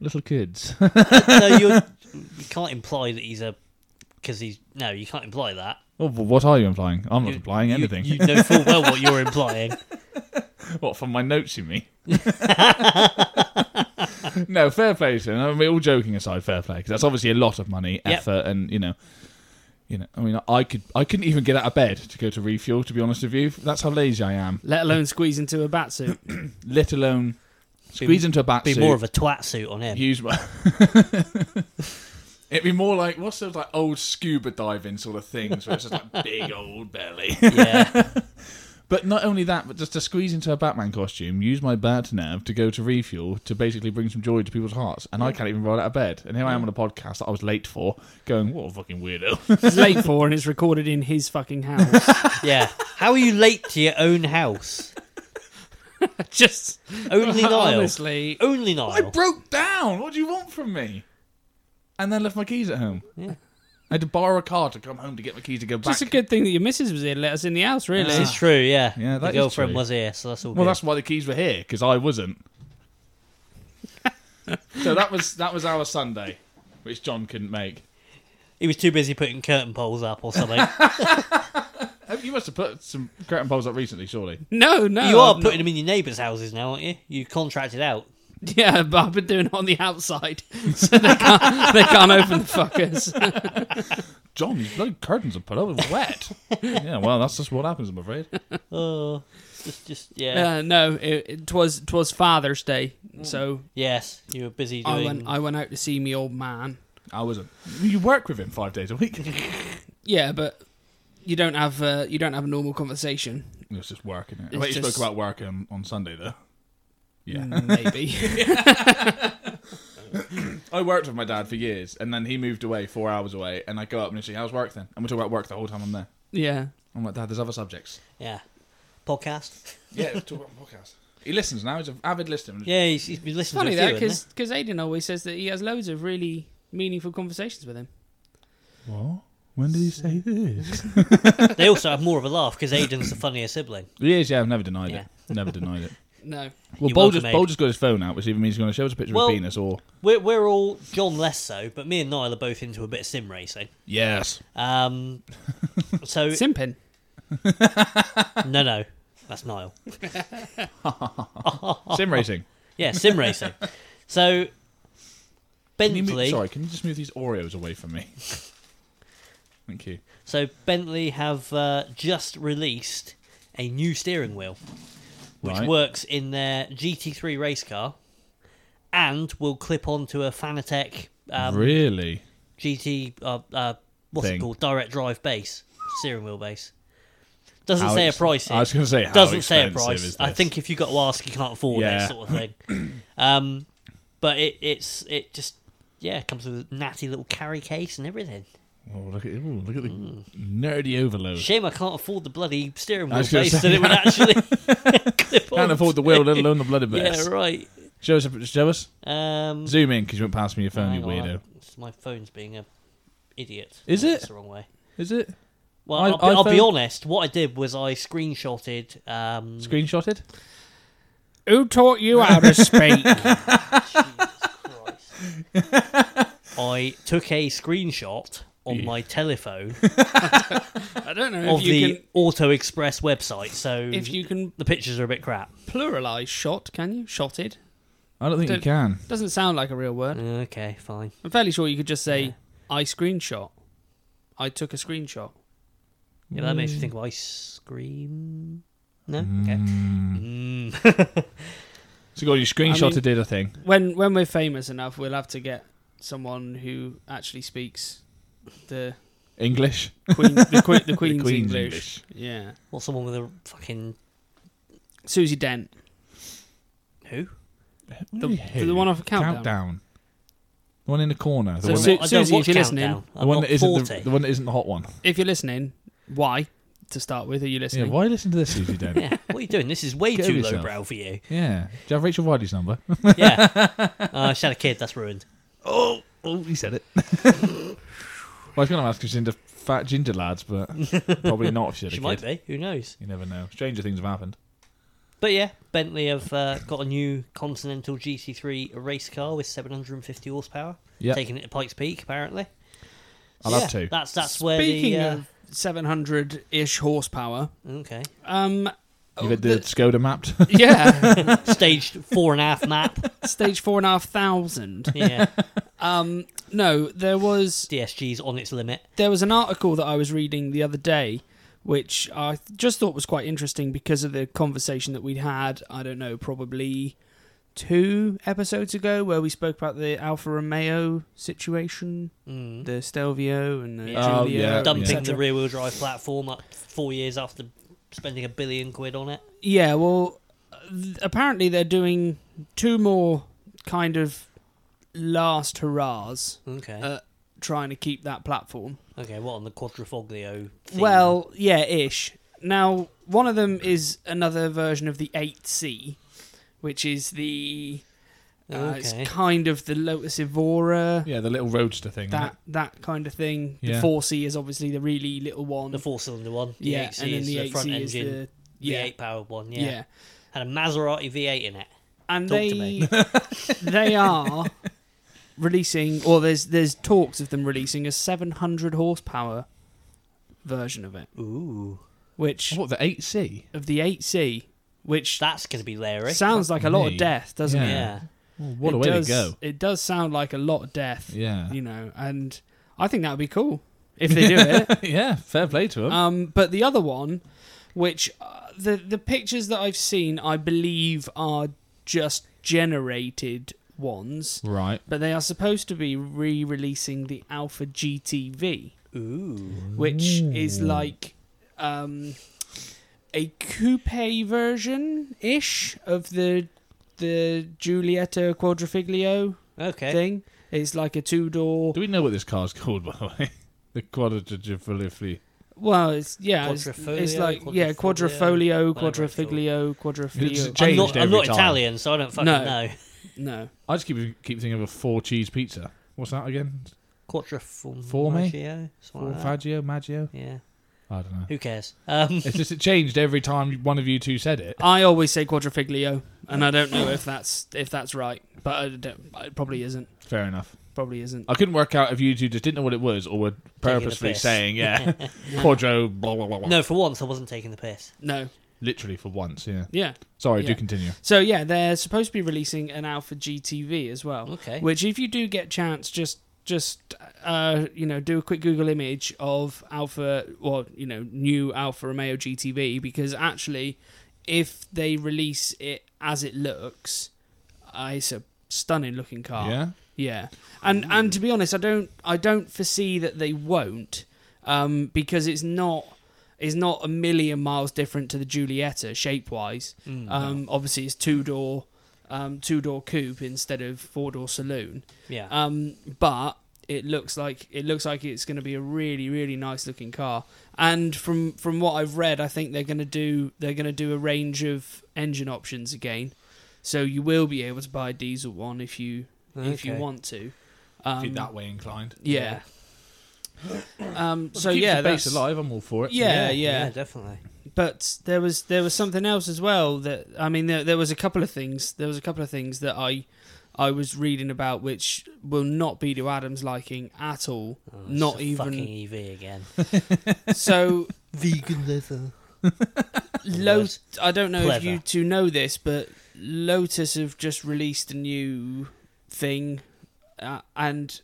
Little kids.
No, you're, you can't imply that he's a because he's no. You can't imply that.
well, Oh, what are you implying? I'm not
You-
implying
you-
anything.
You, know full well what you're implying.
What from my notes, you mean? no, fair play to him. I mean, all joking aside, fair play because that's obviously a lot of money,
Yep.
effort, and you know, you know. I mean, I could, I couldn't even get out of bed to go to refuel. To be honest with you, that's how lazy I am.
Let alone squeeze into a bat suit.
Let alone squeeze into a bat
Be
suit.
more of a twat suit on him.
Use my. It'd be more like what's those like old scuba diving sort of things where it's just like big old belly.
yeah,
But not only that, but just to squeeze into a Batman costume, use my bat nav to go to refuel to basically bring some joy to people's hearts, and I can't even roll out of bed. And here I am on a podcast that I was late for, going, "What a fucking weirdo!"
It's late for and it's recorded in his fucking house.
yeah. How are you late to your own house?
Just
Only Niall.
honestly,
Only
I
Niall.
broke down. What do you want from me? And then left my keys at home.
Yeah.
I had to borrow a car to come home to get my keys to go back.
just a good thing that your missus was here. to Let us in the house, really.
This is true. Yeah,
Yeah, that
the
is
girlfriend
true.
was here, so that's all.
well,
good.
that's why the keys were here because I wasn't. so that was that was our Sunday, which John couldn't make.
he was too busy putting curtain poles up or something.
Oh, You must have put some curtain poles up recently, surely.
No, no,
you are
I'm
putting them in your neighbours' houses now, aren't you? You contracted out.
not- Yeah, but I've been doing it on the outside, so they can't they can't open the fuckers.
John, these bloody curtains are put up with wet. yeah, well, that's just what happens, I'm afraid.
Oh, just, just yeah. Mm.
Uh, no, it, it twas twas Father's Day, so
Yes, you were busy
I
doing.
went I went out to see me old man.
I wasn't. You work with him five days a week.
Yeah, but you don't have uh, you don't have a normal conversation.
It's just working. It. I
It's
bet you
just-
spoke about work um, on Sunday, though. Yeah.
Mm, Maybe.
I worked with my dad for years, and then he moved away four hours away, and I go up and I say, How's work then? And we talk about work the whole time I'm there.
yeah.
I'm like, Dad, there's other subjects.
Yeah, podcast.
Yeah, let's talk about podcasts. He listens now, he's an avid listener.
Yeah, he's, he's been listening
Funny
to a
though,
few,
because
hasn't
because Aiden always says that he has loads of really meaningful conversations with him.
What? When did he say this?
he? They also have more of a laugh because Aiden's the funnier sibling.
He is, yeah, I've never denied
Yeah.
it. Never denied it.
No.
You're
Well, Bol
welcome,
just,
Abe.
Bol just got his phone out, which either means he's going to show us a picture
Well-
of a penis or.
We're we're all John less so, but me and Niall are both into a bit of sim racing.
Yes.
Um, so
Simpin.
no, no, that's Niall.
Sim racing.
Yeah, sim racing. So
Can you move-
Bentley.
sorry, can you just move these Oreos away from me? Thank you.
So Bentley have uh, just released a new steering wheel, which
Right.
works in their GT3 race car, and will clip onto a Fanatec um,
really?
GT. Uh, uh, what's
Thing.
it called? Direct drive base steering wheel base. Doesn't
How
say a
ex-
price.
I
here.
was going to say, how
doesn't say a
expensive
price.
is
I
this?
think if you got to ask, you can't afford
Yeah.
it, sort of thing. um, but it, it's it just yeah it comes with a natty little carry case and everything.
Oh, look at, ooh, look at the
Mm.
nerdy overload.
Shame I can't afford the bloody steering
I
wheel
was gonna
base
say-
that it would actually clip
Can't
on.
afford the wheel, let alone the bloody mess.
Yeah, right.
Show us, a- show us.
Um,
Zoom in because you went past me your phone, you
hang on,
weirdo.
I- it's- my phone's being a idiot.
Is
No,
it?
That's the wrong way.
Is it
Mm. Well,
I-
I, will be, I'll be
iPhone?
honest. What I did was I screenshotted. Um,
screenshotted?
Who taught you how to speak?
I took a screenshot on
Yeah.
my telephone
I don't know
of
if you
the Auto Express website, so
can if you can
the pictures are a bit crap.
pluralize shot, can you? Shotted.
I don't think you
Don't-
can.
Doesn't sound like a real word.
Okay, fine.
I'm fairly sure you could just say
Yeah.
I screenshot. I took a screenshot.
Yeah, that makes me think of ice cream. No?
Mm.
Okay. Mm.
So, God, you screenshotted did a thing.
When when we're famous enough, we'll have to get someone who actually speaks the
English?
queen the, que- the queen's,
Queen's
English. Yeah.
What's someone with a fucking.
Susie Dent.
Who?
The- the one off of Countdown.
The one in the corner. The
So
one,
Su-
I don't
Susie,
watch
if you're listening,
Countdown.
the
I'm
one
not
that isn't
40.
the, the one that isn't the hot one.
If you're listening, why? To start with, are you
Yeah,
listening?
why listen to this, Susie Dent?
yeah, what are you doing? This is way
Get
too
yourself.
lowbrow for you.
Yeah. Do you have Rachel Riley's number?
Yeah. Uh, I just had a kid, that's ruined.
Oh, oh, he said it. well, I was going to ask Jacinda fat ginger lads, but probably not if she had
She
a
might
kid.
be. Who knows?
You never know. Stranger things have happened.
But yeah, Bentley have uh, got a new Continental GT3 race car with 750 horsepower.
Yep.
Taking it to Pikes Peak, apparently.
I'll
yeah,
have two.
That's that's where
Speaking
the uh,
of 700 ish horsepower,
okay
um,
You had the Skoda mapped.
yeah,
staged four and a half map.
stage four and a half thousand.
Yeah,
Um, no, there was
DSG's on its limit.
there was an article that I was reading the other day, which I just thought was quite interesting because of the conversation that we'd had. I don't know, probably two episodes ago, where we spoke about the Alfa Romeo situation,
Mm.
the Stelvio and the
Yeah.
Oh,
Giulia,
yeah.
et
Dumping the
cetera.
rear wheel drive platform up four years after spending a billion quid on it.
Yeah, well, th- apparently they're doing two more kind of last hurrahs
Okay,
Uh, trying to keep that platform.
okay. What on the Quadrifoglio? Theme?
Well, yeah, ish. Now, one of them is another version of the 8C, which is the. Uh,
Okay.
It's kind of the Lotus Evora,
yeah, the little roadster thing. isn't
that that kind of thing.
Yeah.
The 4C is obviously the really little one.
the four cylinder one. The
yeah,
8C
and then
is
the,
the,
8C
front
is
engine
the. Yeah.
V8 powered one.
yeah.
Yeah. had a Maserati V8 in it.
And
Talk
they,
to me.
they are releasing, or there's there's talks of them releasing a 700 horsepower version of it,
Ooh,
which
it? What, the 8C?
of the 8C, which
that's gonna be leery.
Sounds like a lot
Me.
of death, doesn't
yeah.
it?
Yeah. Well, what a
It
way
does-
to go.
It does sound like a lot of death,
Yeah.
you know, and I think that would be cool if they do it.
yeah, fair play to him.
Um, but the other one, which uh, the the pictures that I've seen, I believe are just generated ones,
right.
but they are supposed to be re-releasing the Alpha GTV,
Ooh,
which is
Mm.
Ooh.
like um, a coupe version ish of the the Giulietta Quadrifiglio
okay.
thing. It's like a two door.
Do we know what this car's called, by the way? The Quadrifoglio.
Well, it's yeah, it's, it's
Quadrifoglio,
like yeah,
quadrifoglio, whatever
quadrifoglio,
it's called.
quadrifiglio,
It's
quadrifiglio.
I'm
changed
not, I'm
every
not
time.
Italian, so I don't fucking
No.
know.
No,
I just keep keep thinking of a four cheese pizza. What's that again? Forme?
Quadriformaggio, something
Four
like that.
Faggio, Maggio?
Yeah,
I don't know.
who cares? Um,
It's just it changed every time one of you two said it.
I always say quadrifiglio, and I don't know if that's if that's right, but I don't, it probably isn't.
Fair enough.
Probably isn't.
I couldn't work out if you two just didn't know what it was or were purposefully
piss.
saying, yeah, quadro, blah, blah, blah, blah.
no, for once I wasn't taking the piss.
No,
Literally for once, yeah.
yeah.
Sorry, do
Yeah.
continue.
So yeah, they're supposed to be releasing an Alpha GTV as well.
Okay.
Which, if you do get chance, just just uh, you know do a quick Google image of Alpha, well, you know, new Alpha Romeo GTV, because actually, if they release it as it looks, uh, it's a stunning looking car.
Yeah?
Yeah, and and to be honest, I don't I don't foresee that they won't, um, because it's not it's not a million miles different to the Giulietta shape wise. um, Obviously, it's two door um, two door coupe instead of four door saloon.
Yeah.
Um, but it looks like it looks like it's going to be a really really nice looking car. And from from what I've read, I think they're going to do they're going to do a range of engine options again. So you will be able to buy a diesel one if you if you
Okay.
want to. Um,
way inclined.
yeah. um, so
Keeps
yeah,
the base
that's,
alive, I'm all for it.
yeah, yeah,
definitely.
But there was there was something else as well that I mean there, there was a couple of things there was a couple of things that I I was reading about which will not be to Adam's liking at all.
Oh, it's
not
a
even
fucking EV again.
so
Vegan leather.
Lo-
Yes.
I don't know if
Clever.
you two know this, but Lotus have just released a new thing, uh, and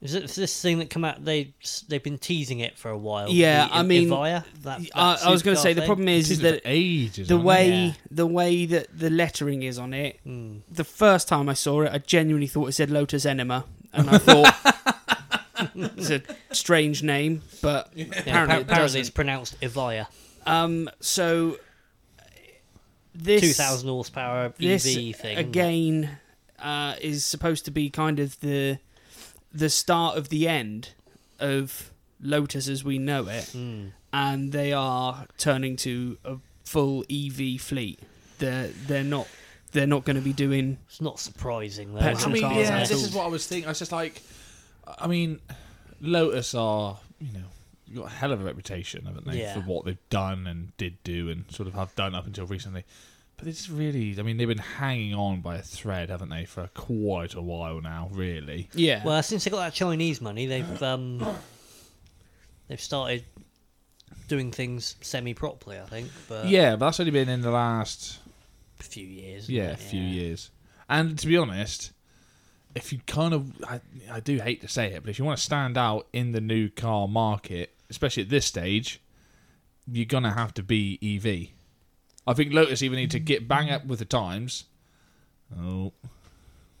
Is it this thing that come out? They they've been teasing it for a while.
Yeah,
The
I mean,
Evija? that,
I,
that
I was going
supercar
to say the
thing?
problem is,
This
is
is
that
for ages.
the
aren't
way
Yeah.
the way that the lettering is on it.
Mm.
The first time I saw it, I genuinely thought it said Lotus Enema, and I thought it's a strange name, but
Yeah,
apparently
appar-
it
apparently it's
doesn't.
pronounced Evija.
Um, so this
Two thousand horsepower EV
this
thing
again uh, is supposed to be kind of the the start of the end of Lotus as we know it,
Mm.
and they are turning to a full EV fleet. They're they're not they're not going to be doing
It's not surprising though.
Petrol
is
I
it?
mean,
cars
yeah,
at
this
all.
is what I was thinking. I was just like, I mean, Lotus are, you know, got a hell of a reputation, haven't they,
Yeah.
for what they've done and did do and sort of have done up until recently. But it's really, I mean, they've been hanging on by a thread, haven't they, for quite a while now, really.
Yeah.
Well, since they got that Chinese money, they've um, they've started doing things semi properly. I think, but
yeah, but that's only been in the last
a few years. isn't
yeah, a
it?
few years. And to be honest, if you kind of, I, I do hate to say it, but if you want to stand out in the new car market, especially at this stage, you're gonna have to be EV. I think Lotus even need to get bang up with the times. Oh,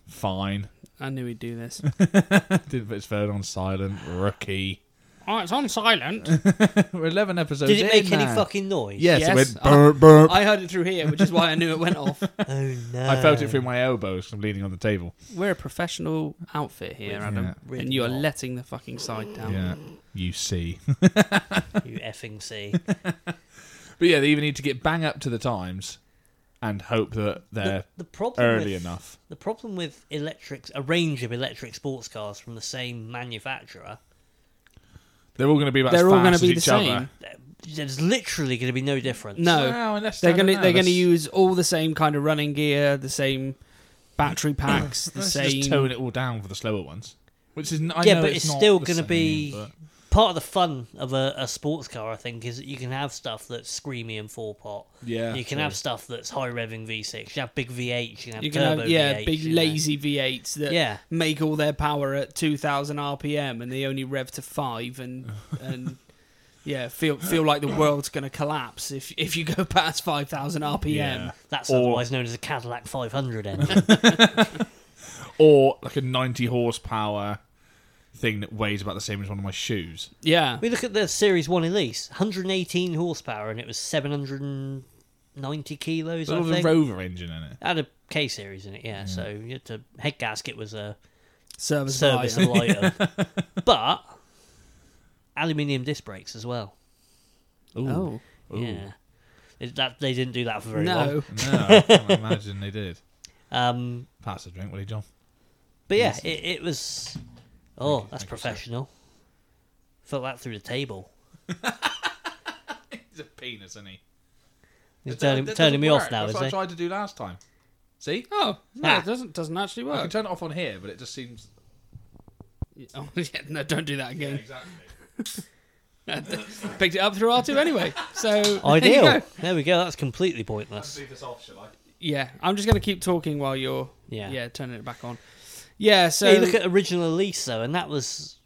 fine.
I knew he'd do this.
Did put his phone on silent. Rookie.
oh, it's on silent.
We're eleven episodes.
Did it make
in
any
now.
fucking noise?
Yes,
Yes.
it went
I-
burp burp.
I heard it through here, which is why I knew it went off.
Oh no.
I felt it through my elbows. 'cause I'm leaning on the table.
We're a professional outfit here, Adam,
Yeah.
and you are
Really not.
letting the fucking side down.
Yeah, you see.
You effing see.
But yeah, they even need to get bang up to the times and hope that they're
The, the problem
Uh, early
with,
enough.
The problem with electrics, a range of electric sports cars from the same manufacturer,
They're all going to be about
They're
as fast
all going to
as
be the
each
same.
other.
there's literally going to be no difference.
No.
Well, unless
They're
I don't
gonna
know,
they're gonna
let's-
use all the same kind of running gear, the same battery packs, the
let's
same.
just tone it all down for the slower ones. Which is n- I
Yeah,
know
but
it's,
it's
not
still
the
gonna
same,
be-
but-
Part of the fun of a, a sports car, I think, is that you can have stuff that's screamy and four pot.
yeah.
you can have stuff that's high revving V6. You can have big V8. You can have
You can
turbo
have yeah,
V8,
big
you know.
lazy V8s that
Yeah.
make all their power at two thousand RPM, and they only rev to five, and and yeah, feel feel like the world's gonna collapse if if you go past five thousand RPM.
Yeah.
That's
Or-
otherwise known as a Cadillac 500 engine.
Or like a 90 horsepower thing that weighs about the same as one of my shoes.
Yeah.
We look at the Series 1 Elise, 118 horsepower, and it was 790 kilos,
There's
I
all the
think.
Rover engine in it.
had a K series in it, yeah. So you had to, head gasket was a
Service,
service
line.
item. but aluminium disc brakes as well.
Oh.
Ooh.
Yeah. It- that, they didn't do that for very long.
No.
No, I can't imagine they did.
Um,
Pass the drink, Willie John.
but yeah, it, it was. Oh, that's
thank you, sir.
professional. Felt that through the table.
He's a penis, isn't he?
He's
That-
turning,
that
turning me
doesn't
off
work.
now,
That's
is
what I
he?
tried to do last time. See?
Oh no,
Ah.
it doesn't doesn't actually
I can
work.
turn it off on here, but it just seems
Oh, yeah, no, don't do that again.
exactly.
Picked it up through R two anyway, so There you
Ideal.
go.
there we go. That's completely pointless.
this off, shall I?
Yeah, I'm just gonna keep talking while you're
Yeah.
yeah turning it back on. Yeah, so
yeah, you look at original Elise though, and that was.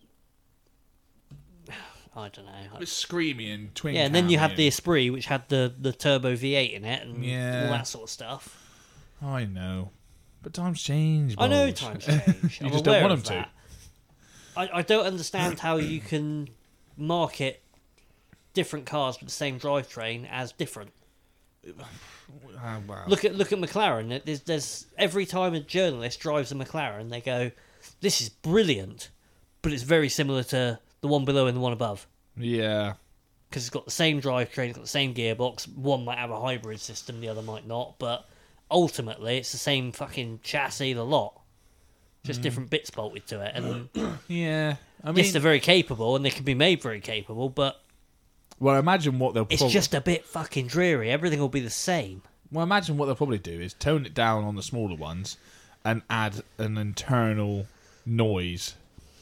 I don't know.
It's screamy and twin.
Yeah, and then you had the
cammy
Esprit, which had the, the turbo V8 in it and
Yeah.
all that sort of stuff.
and- I know, but times change.
I know
Bulge.
times change.
You
I'm
just don't
aware
want
of
them to.
that. I, I don't understand how you can market different cars with the same drivetrain as different.
Ah, wow.
Look at look at McLaren. There's, there's every time a journalist drives a McLaren, they go, "This is brilliant," but it's very similar to the one below and the one above.
Yeah,
because it's got the same drivetrain, it's got the same gearbox. One might have a hybrid system, the other might not, but ultimately it's the same fucking chassis, the lot.
Mm.
Just different bits bolted to it. And
yeah. I mean,
yes, they're very capable and they can be made very capable, but
well, imagine what they'll.
it's
prob-
just a bit fucking dreary. Everything will be the same.
Well, imagine what they'll probably do is tone it down on the smaller ones, and add an internal noise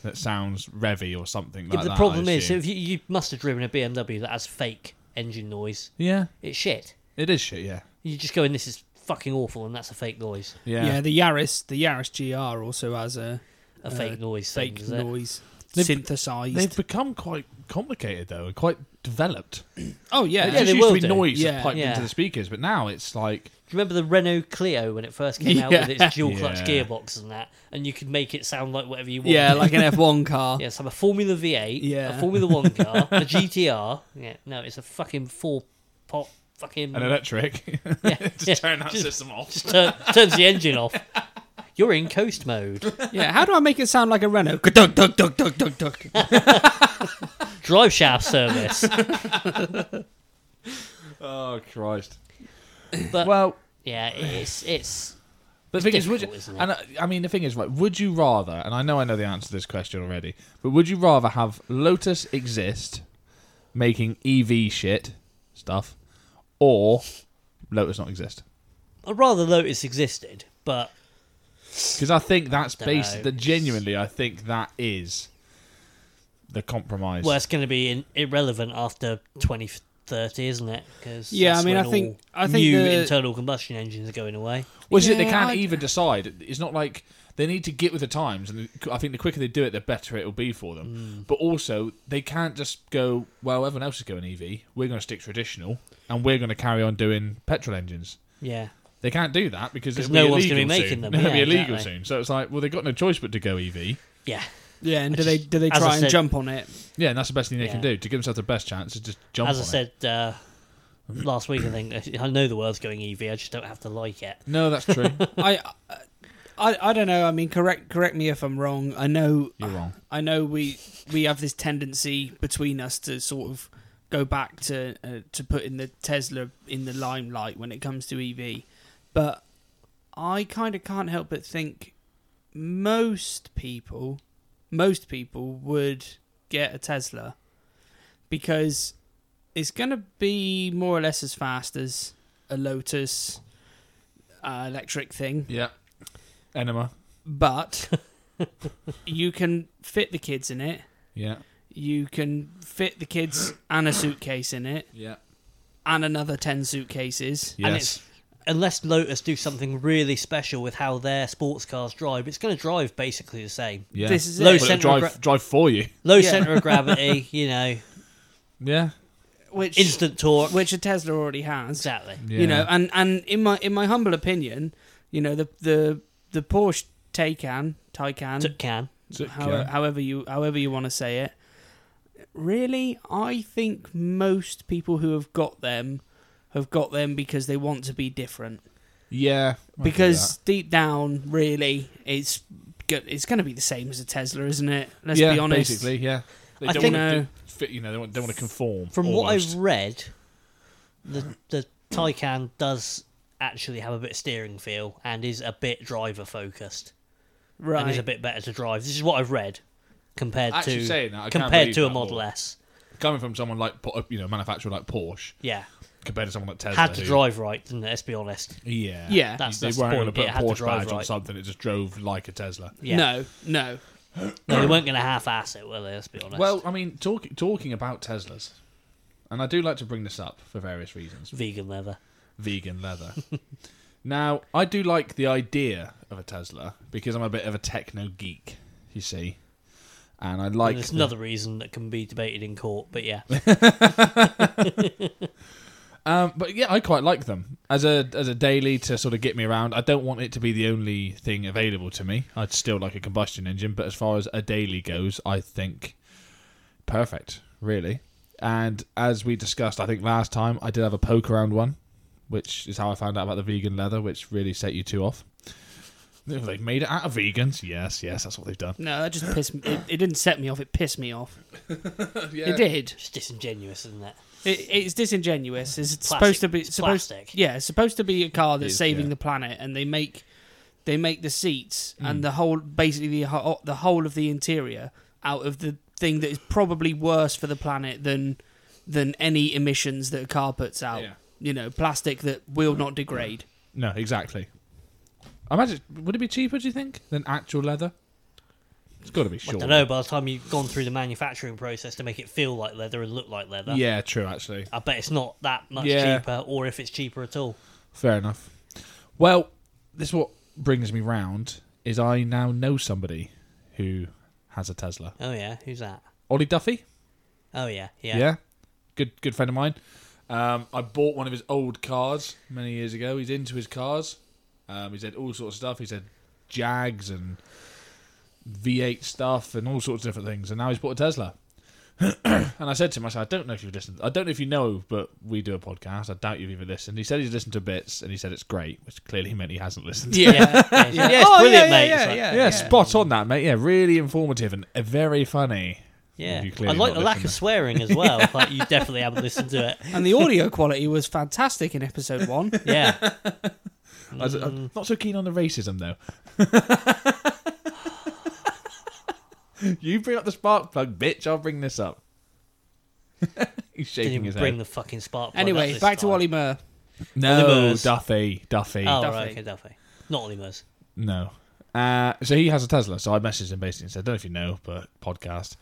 that sounds revvy or something
Yeah,
like
but the
that, I
problem is,
assume.
if you, you must have driven a BMW that has fake engine noise.
yeah,
It's shit.
it is shit. Yeah,
You just go in, this is fucking awful, and that's a fake noise.
yeah.
yeah. the Yaris the Yaris GR also has a
A fake noise. thing,
fake
is it?
noise
They've-
synthesized.
They've become quite complicated though, and quite developed.
oh yeah,
Yeah,
It just
they
used
will
to be
do.
noise
Yeah.
piped
Yeah.
into the speakers, but now it's like
Do you remember the Renault Clio when it first came out
Yeah.
with its dual clutch
Yeah.
gearbox and that, and you could make it sound like whatever you want.
yeah, like an F1 car.
yes, I'm a Formula V8,
Yeah.
a Formula One car, a GTR. Yeah, no, it's a fucking four pot fucking.
an electric.
Mm. yeah, yeah, just,
off.
just turn, turns the engine off. You're in coast mode.
Yeah, how do I make it sound like a Renault? Dug, dug, dug, dug, dug, dug.
Drive shaft service.
Oh Christ!
But
Well,
yeah, it's it's
the thing is, would you,
difficult, isn't it?
and uh, I, I mean, the thing is, right? Would you rather? And I know I know the answer to this question already, but would you rather have Lotus exist making EV shit stuff, or Lotus not exist.
I'd rather Lotus existed, but
Because I think that's
Dunno.
based. That genuinely, I think that is the compromise.
well, it's going to be in- irrelevant after 2030, isn't it? Because
Yeah, I mean, I think- I think
new
the-
internal combustion engines are going away.
Which is it? They
Yeah,
can't
I-
even decide. It's not like they need to get with the times, and I think the quicker they do it, the better it will be for
Mm.
them. But also, they can't just go. Well, everyone else is going EV. We're going to stick traditional, and we're going to carry on doing petrol engines.
Yeah,
They can't do that because
'Cause
it'll
no
be
one's
going to
gonna be making them.
It'll
Yeah,
be illegal
exactly.
soon. So it's like, well, they've got no choice but to go E EV.
yeah.
Yeah, and
I
do they
just-
do they
as I
try and
said-
jump on it?
Yeah, and that's the best thing they can
Yeah.
do to give themselves the best chance is just jump.
As I
on it.
said uh, last week, I think uh, I know the world's going EV. I just don't have to like it.
no, that's true.
I, I I don't know. I mean, correct correct me if I'm wrong. I know
You're wrong.
I know we we have this tendency between us to sort of go back to uh, to putting the Tesla in the limelight when it comes to EV, but I kind of can't help but think most people most people would get a Tesla because it's going to be more or less as fast as a Lotus uh, electric thing
Yeah, enema.
but you can fit the kids in it.
Yeah,
You can fit the kids and a suitcase in it,
yeah,
and another ten suitcases.
And
yes.
it's, unless Lotus do something really special with how their sports cars drive, it's going to drive basically the same.
yeah.
This is
Low
it.
Well, it'll
central
drive drive for you.
Low
Yeah.
center of gravity, you know,
Yeah,
which
instant torque.
which a Tesla already has.
exactly.
You know, and and in my in my humble opinion, you know the the the Porsche Taycan, Taycan,
Took can.
however, however you however you want to say it. Really, I think most people who have got them have got them because they want to be different.
yeah, I'll do
because deep down, really, it's go- it's going to be the same as a Tesla, isn't it?
that.
Let's
yeah,
be honest.
basically, yeah. They
I
don't
think-
want to fit. You know, they don't, don't want to conform.
From
almost.
what I read, the the Taycan does actually have a bit of steering feel and is a bit driver focused and is
right?
a bit better to drive. This is what I've read compared
Actually
to
saying that, I can't
compared
believe
to a
that
Model
more.
S.
coming from someone like Po- you know, a manufacturer like Porsche
Yeah,
compared to someone like Tesla,
had to
who-
drive right, didn't it? Let's be honest.
Yeah,
Yeah.
That's-
they
that's the
weren't going to
point. It
put a
had to
Porsche
drive
badge on
right.
something. It just drove like a Tesla.
Yeah, no,
No, no.
they weren't going to half-ass it, were they? Let's be honest.
Well, I mean, talk, talking about Teslas, and I do like to bring this up for various reasons.
vegan leather.
Vegan leather. now, I do like the idea of a Tesla because I'm a bit of a techno geek. You see, and I like
And it's
the-
another reason that can be debated in court, but yeah,
Um, but yeah, I quite like them as a as a daily to sort of get me around. I don't want it to be the only thing available to me. I'd still like a combustion engine, but as far as a daily goes, I think perfect, really. And as we discussed, I think last time I did have a poke around one, which is how I found out about the vegan leather, which really set you two off. They've made it out of vegans. Yes, yes, that's what they've done.
No, that just pissed me. It, it didn't set me off. It pissed me off.
Yeah.
It did.
it's disingenuous, isn't it?
It, it's disingenuous. It's
Plastic.
supposed to be
It's
supposed.
plastic.
Yeah, it's supposed to be a car that's
is,
saving
yeah.
the planet, and they make they make the seats
Hmm.
and the whole basically the ho- the whole of the interior out of the thing that is probably worse for the planet than than any emissions that a car puts out.
Yeah.
You know, plastic that will not degrade.
No, exactly. I imagine would it be cheaper? Do you think than actual leather? It's got to be
I
short.
don't know. By the time you've gone through the manufacturing process to make it feel like leather and look like leather,
Yeah, true. Actually,
I bet it's not that much
Yeah.
cheaper, or if it's cheaper at all.
fair enough. Well, this is what brings me round is I now know somebody who has a Tesla.
Oh yeah, who's that?
Ollie Duffy.
Oh yeah, yeah.
good good friend of mine. Um, I bought one of his old cars many years ago. He's into his cars. Um, he's had all sorts of stuff. He's had Jags and V8 stuff and all sorts of different things. And now he's bought a Tesla. and I said to him, I said, I don't know if you've listened. I don't know if you know, but we do a podcast. I doubt you've even listened. He said he's listened to bits and he said it's great, which clearly meant he hasn't listened.
Yeah, yeah, yeah. it's
Oh,
brilliant,
yeah,
mate.
yeah,
It's like,
Yeah, spot on that, mate. Yeah, really informative and uh, very funny.
yeah.
You clearly
I like
not
the lack of
listening.
swearing as well. Like you definitely haven't listened to it.
And the audio quality was fantastic in episode one.
Yeah,
I was- I'm
Mm.
not so keen on the racism though. you bring up the spark plug, bitch. I'll bring this up. He's
Didn't
shaking
even
his
bring
head.
the fucking spark. plug up
Anyway,
this
back to
time.
Ollie Murr.
no,
Oliver's.
Duffy, Duffy.
Oh,
Duffy.
right, okay, Duffy. Not Ollie Murs.
No. Uh, so he has a Tesla. So I messaged him basically and said, I don't know if you know, but podcast.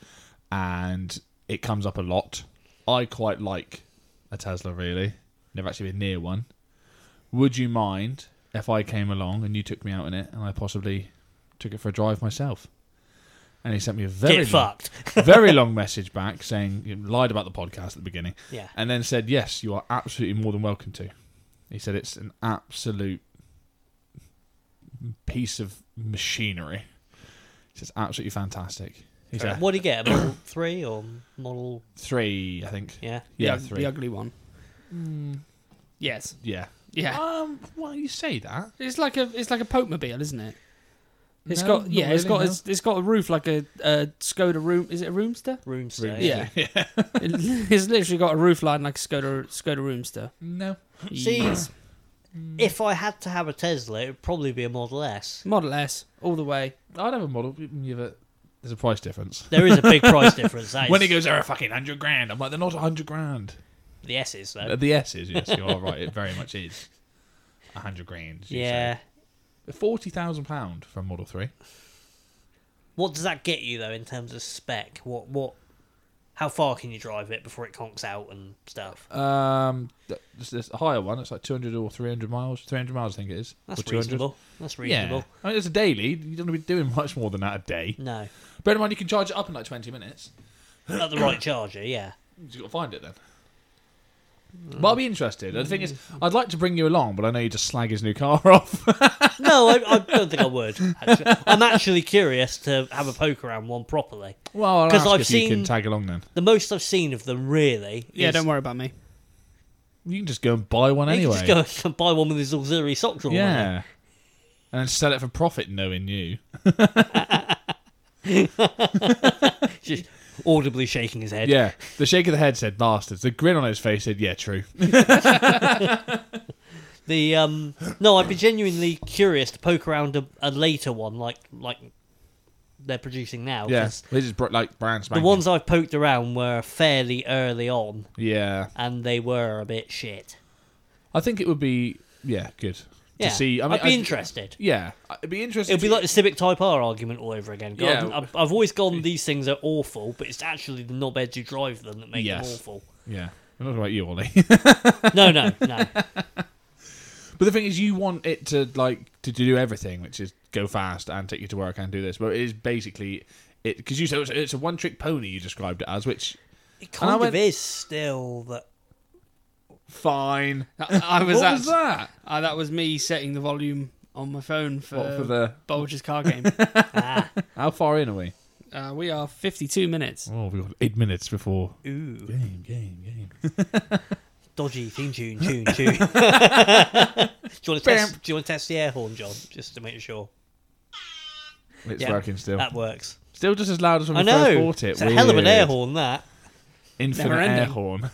And it comes up a lot. I quite like a Tesla, really. Never actually been near one. Would you mind if I came along and you took me out in it and I possibly took it for a drive myself? And he sent me a very
Get
long,
fucked.
very long message back saying, you lied about the podcast at the beginning
Yeah.
and then said, "Yes, you are absolutely more than welcome to." He said, "It's an absolute piece of machinery." He says, "Absolutely fantastic." He
Fair enough.
said,
What do you get? A Model 3 or Model.
three, I think.
Yeah.
Yeah,
the, ug-
three. Mm.
the ugly one. Yes.
yeah.
Yeah.
Um, why you say that?
It's like a it's like a Popemobile, isn't it? It's
No,
got
not
yeah, it's
really,
got
no.
it's, it's got a roof like a, a Skoda room. Is it a Roomster?
Roomster.
Roomster.
yeah.
Yeah. It- it's literally got a roof line like a Skoda Skoda Roomster.
No.
See, if I had to have a Tesla, it would probably be a Model S.
Model S all the way.
I'd have a model. Yeah, but there's a price difference.
There is a big price difference. That is
When he goes, they're a fucking hundred grand. I'm like, they're not a hundred grand.
The S's, though.
Uh, The S is yes, you are right. It very much is a hundred grand. as you
yeah.
say. forty thousand pound for a Model Three.
What does that get you, though, in terms of spec? What, what, how far can you drive it before it conks out and stuff?
Um, th- this, this higher one. It's like 200 or 300 miles. 300 miles, I think it is.
That's
or 200.
reasonable. That's reasonable.
Yeah. I mean, it's a daily. You don't want to be doing much more than that a day.
No.
Bear in mind, you can charge it up in like 20 minutes.
At the right charger, yeah.
You just got to find it then. But I'll be interested. The thing is, I'd like to bring you along, but I know you just slag his new car off.
No, I, I don't think I would. Actually. I'm actually curious to have a poke around one properly.
well, I'll
'Cause
ask
I've
if you can
seen-
tag along then.
The most I've seen of them, really.
Yeah,
is-
don't worry about me.
You can just go and buy one
You
anyway.
can just go and buy one with his auxiliary sock drawer. on it.
yeah. And then sell it for profit, knowing you.
Just audibly shaking his head.
Yeah. The shake of the head said, bastards. The grin on his face said, yeah, true.
The um, no, I'd be genuinely curious to poke around a, a later one, like like they're producing now.
yeah.
'cause
This is br- like brand
The
spanking.
ones I've poked around were fairly early on,
Yeah.
and they were a bit shit.
I think it would be yeah, good
Yeah,
to see. I mean,
would be
I-
interested.
Yeah, it'd be interesting.
It'd be
to-
like the Civic Type R argument all over again.
Yeah.
God, I've, I've always gone, these things are awful, but it's actually the knobheads who drive them that make
Yes.
them awful.
yeah. I'm not talking about you, Ollie.
No, no, no.
but the thing is, you want it to like to, to do everything, which is go fast and take you to work and do this. But it is basically it because you said it's, it's a one-trick pony. You described it as, which
It
And I
kind of
went-
is still that.
fine.
I, I was
what
at,
was that?
Uh, that was me setting the volume on my phone for,
What for the?
Bulger's car game.
Ah,
How far in are we?
uh, we are 52 minutes.
Oh, we got eight minutes before
ooh,
game, game, game.
dodgy theme tune, tune, tune. do you want to test? Do you want to test the air horn, John, just to make sure
It's
Yeah.
working still.
that works?
Still just as loud as when
I
we
know.
first bought it.
it's a hell of an
Weird.
air horn. That
Infinite
Never
air
ending.
horn.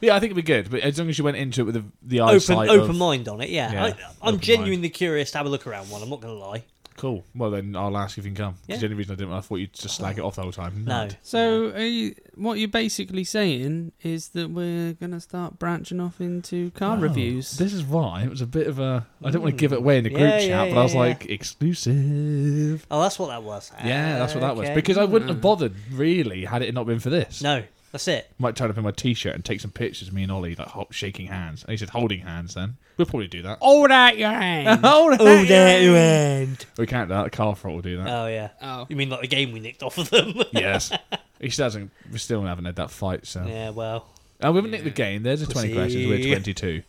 yeah, I think it'd be good, but as long as you went into it with the, the
open,
eyesight
open
of,
mind on it. Yeah,
Yeah,
I, I'm
open
genuinely curious to have a look around one. I'm not going to lie.
Cool. Well, then I'll ask if you can come. 'Cause
Yeah.
The only reason I didn't, I thought you'd just slag it off the whole time.
No,
Mad.
So are you, what you're basically saying is that we're going to start branching off into car
Wow.
reviews.
Oh, This is why it was a bit of a. I didn't want
Mm.
to give it away in the group
Yeah,
chat,
yeah,
but I was
yeah,
like exclusive.
oh, that's what that was.
Yeah, that's what that was.
Okay. Hmm.
Because I wouldn't have
Mm.
bothered really had it not been for this.
no, that's it.
Might turn up in my t-shirt and take some pictures of me and Ollie like ho- shaking hands. And he said holding hands. Then we'll probably do that.
Hold out your hand.
Hold
Oh, there you end.
We can't do that. The car front will do that.
Oh yeah.
oh.
You mean like the game we nicked off of them?
Yes. he still hasn't. We still haven't had that fight. So.
yeah. Well,
And we haven't nicked the game. There's a 20
Pussy.
questions. We're 22.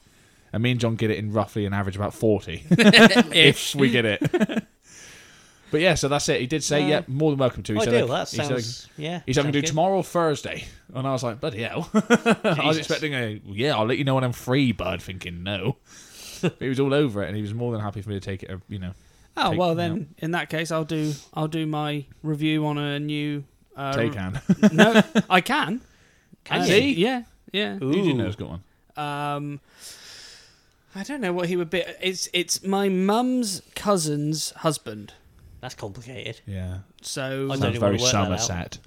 And me and John get it in roughly an average about 40 if we get it. but yeah, so that's it. He did say,
No.
yeah, more than welcome to. He said,
ideal. That
like- he said,
sounds. yeah.
He's
sounds
having to do
good.
tomorrow or Thursday. And I was like, bloody hell. I was
Jesus.
expecting a, yeah, I'll let you know when I'm free, bud, thinking no. But he was all over it and he was more than happy for me to take it, uh, you know.
Oh
Take-
well, then in that case, I'll do I'll do my review on a new.
Um,
Uh,
Take hand.
no, I can.
Can
Uh,
you?
Yeah, yeah.
Who do you
Ooh.
know's got one?
Um, I don't know what he would be. It's it's my mum's cousin's husband.
That's complicated.
Yeah.
So
I don't
Sounds
even wanna
very
work that out.
Somerset.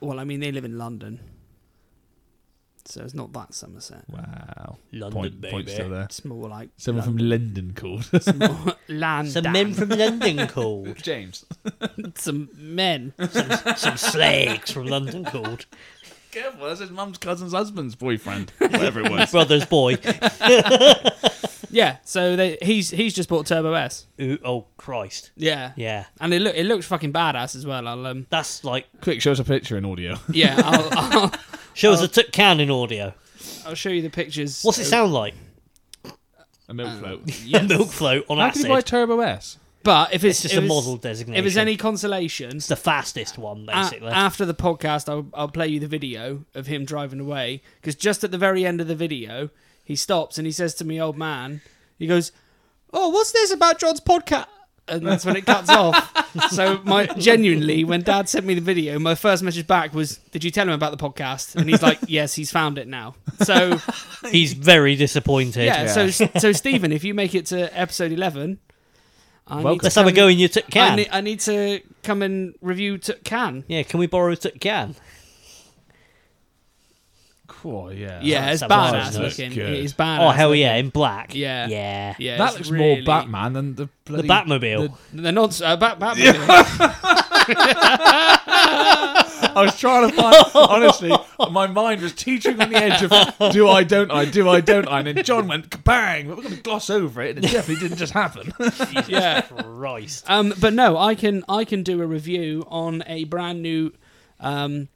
well, I mean, they live in London. So it's not that Somerset.
Wow.
London,
Point, point
baby.
still there.
It's more like
Someone
Lon-
from London called.
it's more land.
Some
down.
men from London called.
James.
some men.
Some slags from London called.
Careful, that's his mum's cousin's husband's boyfriend. Whatever it was.
Brother's boy.
Yeah. So they, he's he's just bought Turbo S.
Ooh, oh, Christ.
Yeah.
Yeah.
And it look it looks fucking badass as well. I'll um
That's like.
Quick, show us a picture in audio.
yeah I'll I'll,
Show us a tuck can in audio.
I'll show you the pictures.
What's it sound like?
A milk float.
A milk float on
How did
acid.
you buy Turbo S?
But if it's,
it's just
if
a
it's-
model designation.
If it's any consolation,
It's the fastest one,
a-
basically.
after the podcast, I'll, I'll play you the video of him driving away. Because just at the very end of the video, he stops and he says to me, "Old man," he goes, "Oh, what's this about John's podcast?" And that's when it cuts off. So my genuinely, when Dad sent me the video, my first message back was, "Did you tell him about the podcast?" And he's like, "Yes, he's found it now." So
He's very disappointed.
yeah,
Yeah.
so so Stephen, if you make it to episode eleven, I need
Welcome.
to
Let's have a
come-
go in your tuck
I
can.
need, I need to come and review t- Can.
Yeah, can we borrow a Oh, tuck can?
Cool, yeah.
Yeah, it's
that was
badass
nice.
looking.
Good.
It's badass.
Oh, hell
looking.
yeah, in black.
Yeah.
Yeah.
Yeah,
that
it's
looks
really-
more Batman than the
The
bloody
Batmobile.
They're not uh, Bat- Batman.
I was trying to find. honestly, my mind was teetering on the edge of do I, don't I, do I, don't I, and then John went bang. But we're going to gloss over it, and it definitely didn't just happen.
Jesus
Yeah.
Christ.
um, but no, I can I can do a review on a brand new um,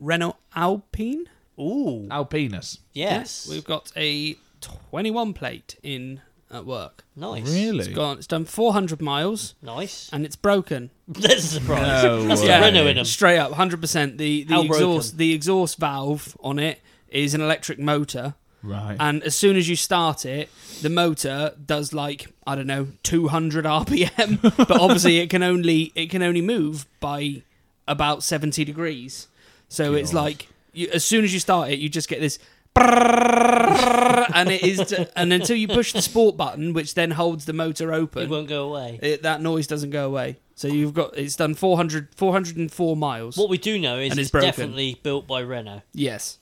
Renault Alpine.
Ooh.
Alpinus.
Yes.
we've got a 21 plate in at work.
Nice.
Really?
It's gone. It's done 400 miles
Nice.
and it's broken.
That's a surprise.
No
That's
way.
the Renault in 'em.
Straight up, 100%. The the
How
exhaust
broken?
the exhaust valve on it is an electric motor.
Right.
and as soon as you start it, the motor does like I don't know 200 RPM, but obviously it can only it can only move by about 70 degrees. So it's
God.
like you, as soon as you start it, you just get this. and it is, and until you push the sport button, which then holds the motor
It
open,
won't go away.
it, that noise doesn't go away. So you've got it's done 400, 404 miles.
What we do know is
And it's
it's,
broken.
definitely built by Renault.
Yes,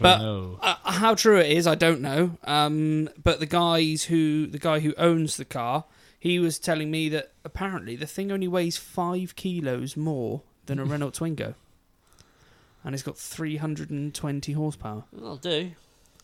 but
No.
uh, how true it is, I don't know. Um, but the guys who the guy who owns the car, he was telling me that apparently the thing only weighs five kilos more than a Renault Twingo, and it's got three hundred and twenty horsepower.
That'll do.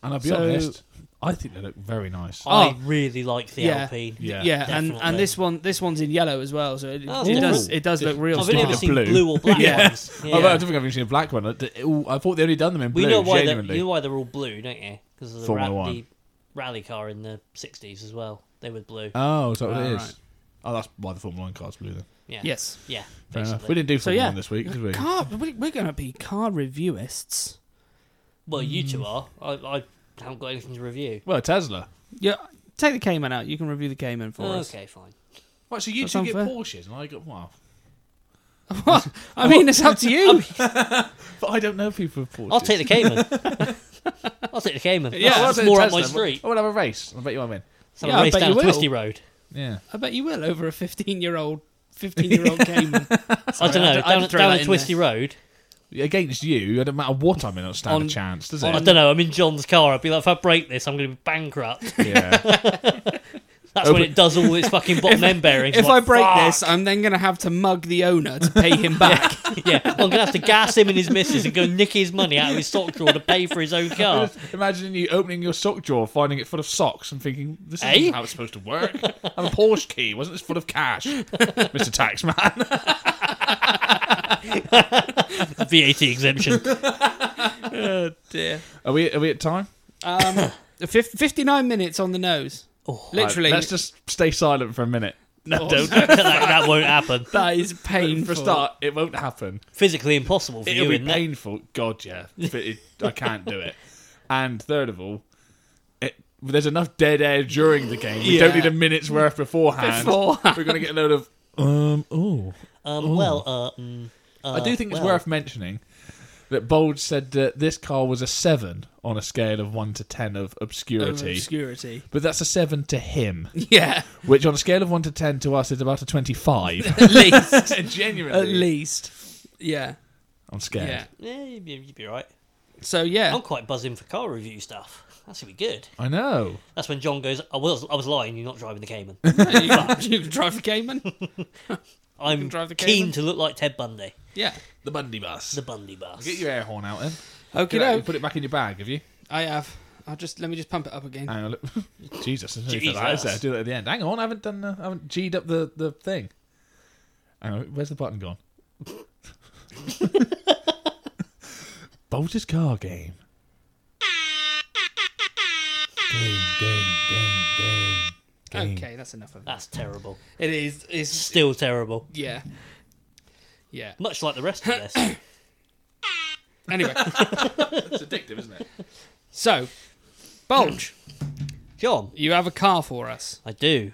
and I'll be
so-
honest, I think they look very nice.
I really like the
yeah.
Alpine.
Yeah.
yeah, and, and
definitely.
this one this one's in yellow as well, so it,
Oh,
it
cool.
does it does look real
I've
smart.
never seen
Blue.
blue, or black
Yeah.
ones.
I
Yeah.
don't think I've even seen a black one. I, I thought they only done them in blue.
we know why they're,
genuinely.
you know why they're all blue, don't you? Because of the,
Formula
ra-
One.
the rally car in the '60s as well. They were blue.
Oh, is that what
Ah,
it is?
right.
Oh, that's why the Formula One car's blue then.
yeah.
Yes,
Yeah.
Fair enough.
basically.
We didn't do
So,
Formula
yeah.
One this week, did we?
car. we- We're going to be car reviewists.
Well, you two are. I, I haven't got anything to review.
Well, Tesla.
Yeah, take the Cayman out. You can review the Cayman for us.
okay, fine.
Right, so you two
That sounds
get
fair.
Porsches, and I got well.
I mean, it's up to you.
But I don't know people with Porsches.
I'll take the Cayman. I'll take the Cayman.
Yeah,
Yeah,
I'll
that's
take
more
a
up my
Tesla.
street.
I will have a race. I bet you I win.
So yeah,
Yeah, I
race
bet
down
you
a
will.
twisty road.
Yeah.
I bet you will over a 15 year old 15 year old Cayman. Sorry,
I don't know.
had to- I had
down
to throw
down
that
a
in
twisty road.
Against you, it doesn't matter what I'm in, I don't stand
On-
a chance, does
I
it?
don't know. I'm in John's car. I'd be like, if I break this, I'm going to be bankrupt.
yeah.
That's when it does all its fucking bottom end bearings.
there. If I
Like,
break
fuck.
this, I'm then going to have to mug the owner to pay him back.
yeah, I'm going to have to gas him and his missus and go nick his money out of his sock drawer to pay for his own car.
Imagine you opening your sock drawer, finding it full of socks, and thinking, "This is
Eh?
how it's supposed to work." I'm a Porsche key. Wasn't this full of cash, Mister Taxman?
VAT exemption.
oh dear.
are we? Are we at time?
Um, fif- 59 minutes on the nose.
Oh,
Literally. oh,
Right, let's just stay silent for a minute.
no, don't. that, that won't happen.
that is painful.
For a start, it won't happen.
Physically impossible for
It'll
you.
be
isn't it?
painful. God, yeah. But it- I can't do it. And third of all, it, there's enough dead air during the game. We
Yeah.
don't need a minute's worth beforehand.
Beforehand.
We're going to get a load of. Um, oh.
Um, well, uh, mm, uh,
I do think it's
well,
worth mentioning that Bold said that this car was a 7 on a scale of 1 to 10 of
Over
obscurity.
obscurity.
but that's a 7 to him,
Yeah,
which on a scale of 1 to 10 to us is about a 25.
at least.
Genuinely.
at least. Yeah.
I'm scared.
Yeah.
Yeah, you'd be, you'd be right.
So yeah,
I'm quite buzzing for car review stuff. That should be good.
I know.
That's when John goes, I was, I was lying, you're not driving the Cayman.
you, can, you can drive the Cayman.
I'm
drive the
keen
Cayman.
to look like Ted Bundy,
Yeah.
The Bundy bus.
the Bundy bus.
Get your air horn out then.
Okay,
Get out,
no,
put it back in your bag, have you?
I have. I'll just let me just pump it up again.
Hang on, look. Jesus, I nearly said that. I
Jesus.
said I'd do that at the end. Hang on, I haven't done. Uh, I haven't G'd up the the thing. Hang on, where's the button gone? Bolter's car game. Game, game, game, game. game.
Okay, that's enough of that.
That's terrible.
It is. It's
Still terrible.
yeah, yeah.
Much like the rest of this.
Anyway,
It's addictive, isn't it?
so Bulge,
John,
you have a car for us.
I do.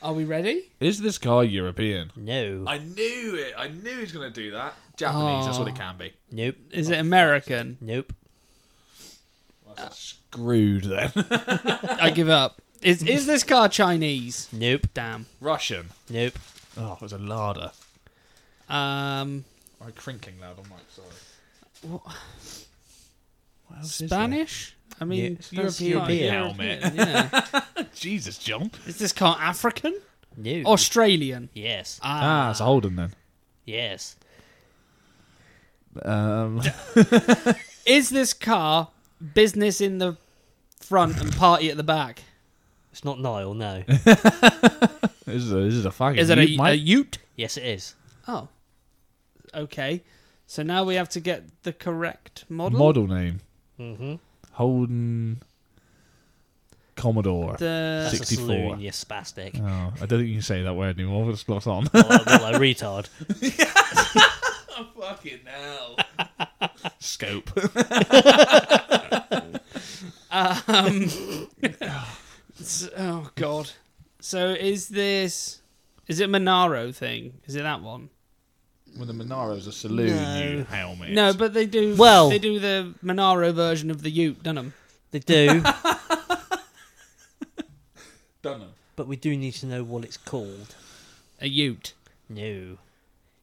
Are we ready?
Is this car European?
No.
I knew it. I knew he was going to do that.
Japanese, that's what it
can be.
Nope.
Is it American?
Nope.
Ah, Screwed then.
I give up. Is is this car Chinese?
Nope.
Damn.
Russian.
Nope.
Oh, it was a larder.
Um,
I'm crinkling loud on mic, sorry.
What-
What else is there?
Spanish. I mean,
Yeah.
that's
European.
not European, Yeah.
Jesus, John.
is this car African?
Nope.
Oh, Australian.
yes.
Ah,
Ah, it's Holden then.
Yes.
Um,
is this car business in the front and party at the back?
It's not Nile, no.
this is a, this is a fucking.
Is it
ute,
a, a
mate.
Ute?
yes, it is.
Oh, okay. So now we have to get the correct model.
model name?
Mm-hmm.
Holden Commodore.
The
That's
64.
a saloon, you spastic.
Oh, I don't think you can say that word anymore. It's not on.
well, I- well, I retard.
Fucking hell. Scope.
um. s- oh God. So is this? Is it Monaro thing? Is it that one?
Well, the Monaro's a saloon, you
No.
helmet.
No, but they do.
Well-
they do the Monaro version of the Ute, don't them?
They do,
Don't know.
but we do need to know what it's called.
A Ute,
No. It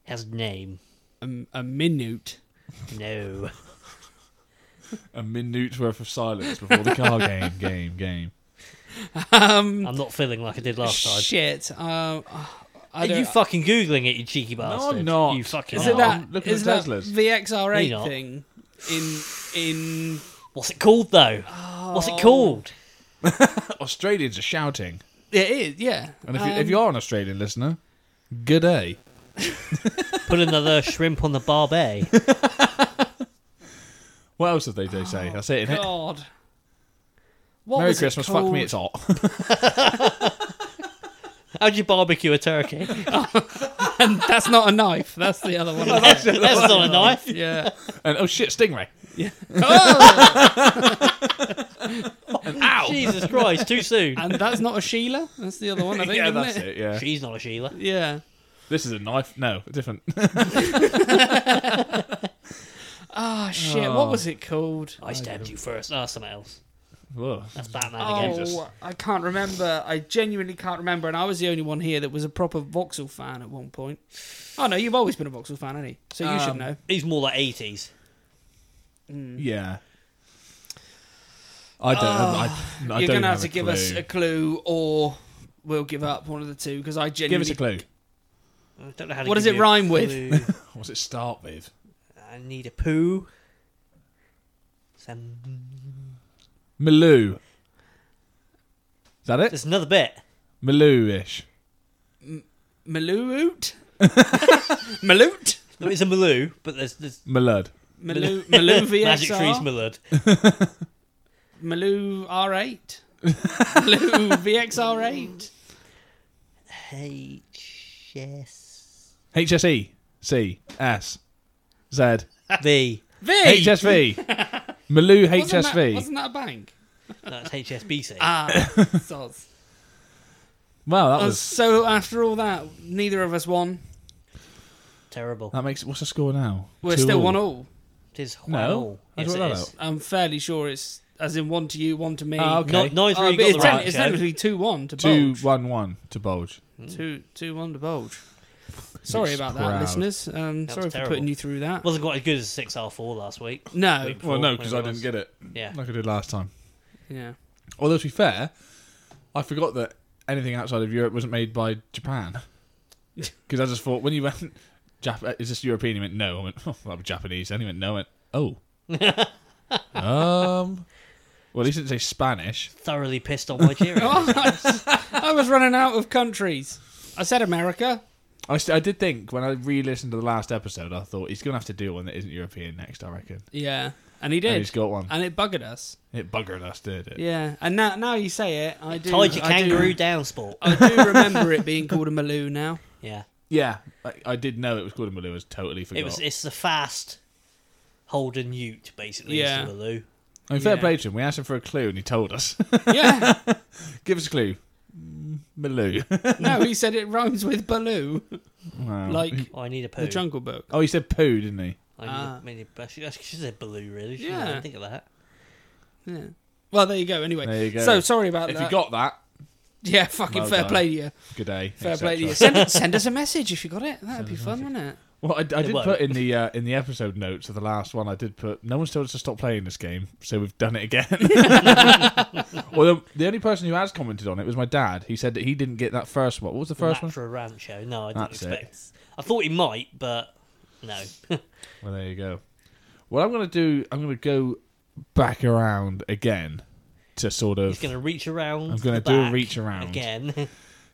has a name.
a, a minute.
No.
A minute's worth of silence before the car game, game, game.
Um,
I'm not feeling like I did last time.
shit. Um, I
Are
don't. Oh,
you fucking googling it, you cheeky bastard?
not.
You fucking
is
are.
it that?
I'm looking
Is
at
that
Teslas.
Me
VXR8
not.
thing? In in
What's it called though? What's
Oh.
it called?
Australians are shouting.
it is yeah.
And if, you,
Um,
if you are an Australian listener, good day.
Put another shrimp on the barbet.
What else have they, they say? That's it, innit?
Um, God. What
Merry
was it
Christmas. Fuck
called?
me, it's hot.
How'd you barbecue a turkey?
and that's not a knife. That's the other one.
That's not a knife.
yeah. Oh!
and oh shit, stingray.
Jesus Christ, too soon.
And that's not a Sheila. That's the other one. I think,
yeah,
isn't
that's it. Yeah,
She's not a Sheila.
Yeah.
this is a knife. No, different.
Oh shit! What was it called?
I stabbed you first. Ah, something else.
Whoa.
That's Batman again.
Jesus.
Oh, I can't remember. I genuinely can't remember. And I was the only one here that was a proper Vauxhall fan at one point. Oh no, you've always been a Vauxhall fan, haven't you? So you should
Um,
know.
He's more like 80s.
mm.
Yeah. I don't. I, I
You're
don't
gonna have to
a
give
clue.
us a clue, or we'll give up one of the two because I
give
genuinely
us a clue.
I don't know how to
What
give
does it
you a
rhyme with?
clue.
What does it start with?
I need a poo. Some...
Maloo. Is that it?
There's another bit.
Maloo-ish.
Maloot. Maloot.
No, it's a Maloo, but there's, there's
Malud.
Maloo, Maloo
Magic Trees
VXR,
Malud.
Maloo R8, Maloo VXR8,
H-S...
HSE. E. C. S. Z.
V.
V.
HSV. Maloo
Wasn't that-
HSV.
wasn't that a bank?
That's HSBC.
Ah, sods.
Wow, that
Uh,
was.
so after all that, neither of us won.
Terrible.
That makes. What's the score now?
We're
Two
still
all.
one all.
It is horrible.
No. How do
Yes,
I
it
know
is.
that?
I'm fairly sure it's as in one to you, one to me.
Ah, okay.
Not, neither
Oh,
of
but
you got
it's,
the
ten-
right
it's
Joe.
technically two one to
Two
Bulge.
one one to Bulge.
Two two one to Bulge. Sorry
It's
about
proud.
that, listeners. Um,
That
sorry
was
for
terrible.
putting you through that.
Wasn't quite as good as six R four last week.
no.
Week before,
Well, no, because I
whatever it
didn't
was.
get it
Yeah,
like I did last time.
Yeah.
Although to be fair, I forgot that anything outside of Europe wasn't made by Japan. Because I just thought when you went, Jap- uh, is this European? He went no. I went oh, well, I'm Japanese. And he went no. I went oh. um. Well, at least it didn't say Spanish.
thoroughly pissed on Nigeria.
Oh,
Oh, I was running out of countries. I said America.
I, st- I did think when I re-listened to the last episode, I thought he's gonna have to do one that isn't European next. I reckon.
Yeah. And he
And
did.
he's got one.
And it buggered us.
It buggered us, did it?
Yeah. And now now you say it, I do.
Tied your
I do-
kangaroo down, sport.
I do remember it being called a Maloo now.
Yeah,
Yeah, I, I did know it was called a Malou. I was totally forgot.
it was. It's the fast Holden Ute, basically.
Yeah.
Yeah, Maloo.
I mean, fair
yeah.
play to him. We asked him for a clue, and he told us.
Yeah.
Give us a clue. Mm, Malou.
no, he said it rhymes with Baloo,
Wow.
like
Oh, I need a poo.
the Jungle Book.
oh, he said poo, didn't he?
I need
Ah.
a, maybe, I should, I should say Baloo, really. Shouldn't
Yeah.
I think of that.
Yeah. Well, there you go. Anyway,
There you go.
so sorry about
if
that.
you got that,
yeah, fucking
Well
fair
done.
play to you.
good day.
Fair
et
play to you.
cetera.
Send, send us a message if you got it. That'd be fun, wouldn't it?
Well, I, I did
won't.
put in the uh, in the episode notes of the last one. I did put no one's told us to stop playing this game, so we've done it again. Although the only person who has commented on it was my dad. He said that he didn't get that first one. What was the first one?
Natra Rancho. No, I didn't
That's it.
expect. I thought he might, but no.
Well, there you go. What I'm gonna do, I'm gonna go back around again to sort of
He's going to reach around.
I'm gonna
the
do a
back
reach around.
again.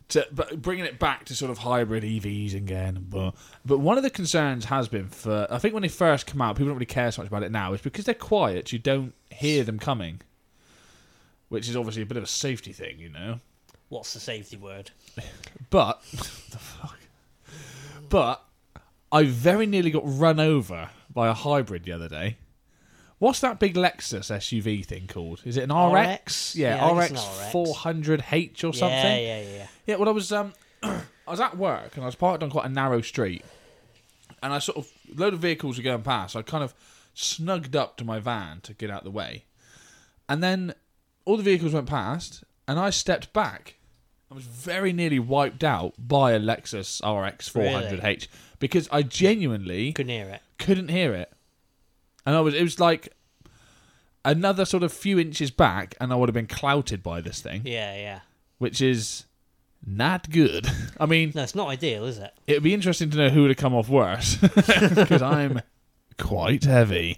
to but bringing it back to sort of hybrid EVs again. But but one of the concerns has been for I think when they first come out, people don't really care so much about it now. Is because they're quiet, you don't hear them coming, which is obviously a bit of a safety thing, you know.
What's the safety word?
But the fuck. But I very nearly got run over by a hybrid the other day. What's that big Lexus SUV thing called? Is it an RX?
RX? Yeah,
Yeah,
I think
RX
it's an RX.
400H or something.
Yeah, yeah, yeah.
Yeah, well, I was um, I was at work and I was parked on quite a narrow street, and I sort of load of vehicles were going past. I kind of snugged up to my van to get out of the way, and then all the vehicles went past, and I stepped back. I was very nearly wiped out by a Lexus RX 400H because I genuinely
Couldn't hear it.
couldn't hear it, and I was it was like another sort of few inches back, and I would have been clouted by this thing
Yeah, yeah.
which is not good. I mean,
No, it's not ideal, is it?
it'd be interesting to know who would have come off worse because I'm quite heavy.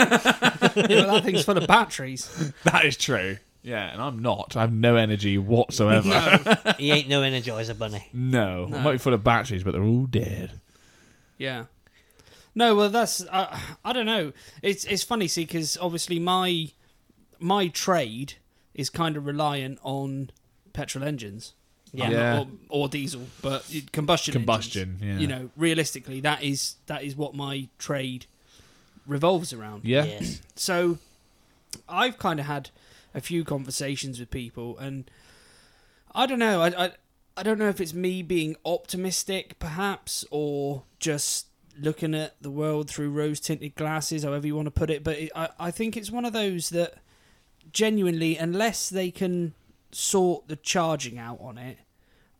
Yeah, but that thing's full of batteries.
That is true. Yeah, and I'm not. I have no energy whatsoever. no.
he ain't no Energizer Bunny.
I might be full of batteries, but they're all dead.
Yeah. No, well, that's uh, I don't know. It's it's funny, see, because obviously my my trade is kind of reliant on petrol engines.
Yeah.
Um,
Yeah.
Or, or diesel, but it- combustion. engines.
Combustion, yeah.
You know, realistically, that is that is what my trade revolves around.
Yeah.
Yes.
so I've kind of had a few conversations with people, and I don't know. I, I I don't know if it's me being optimistic, perhaps, or just looking at the world through rose-tinted glasses, however you want to put it. But it, I I think it's one of those that genuinely, unless they can sort the charging out on it,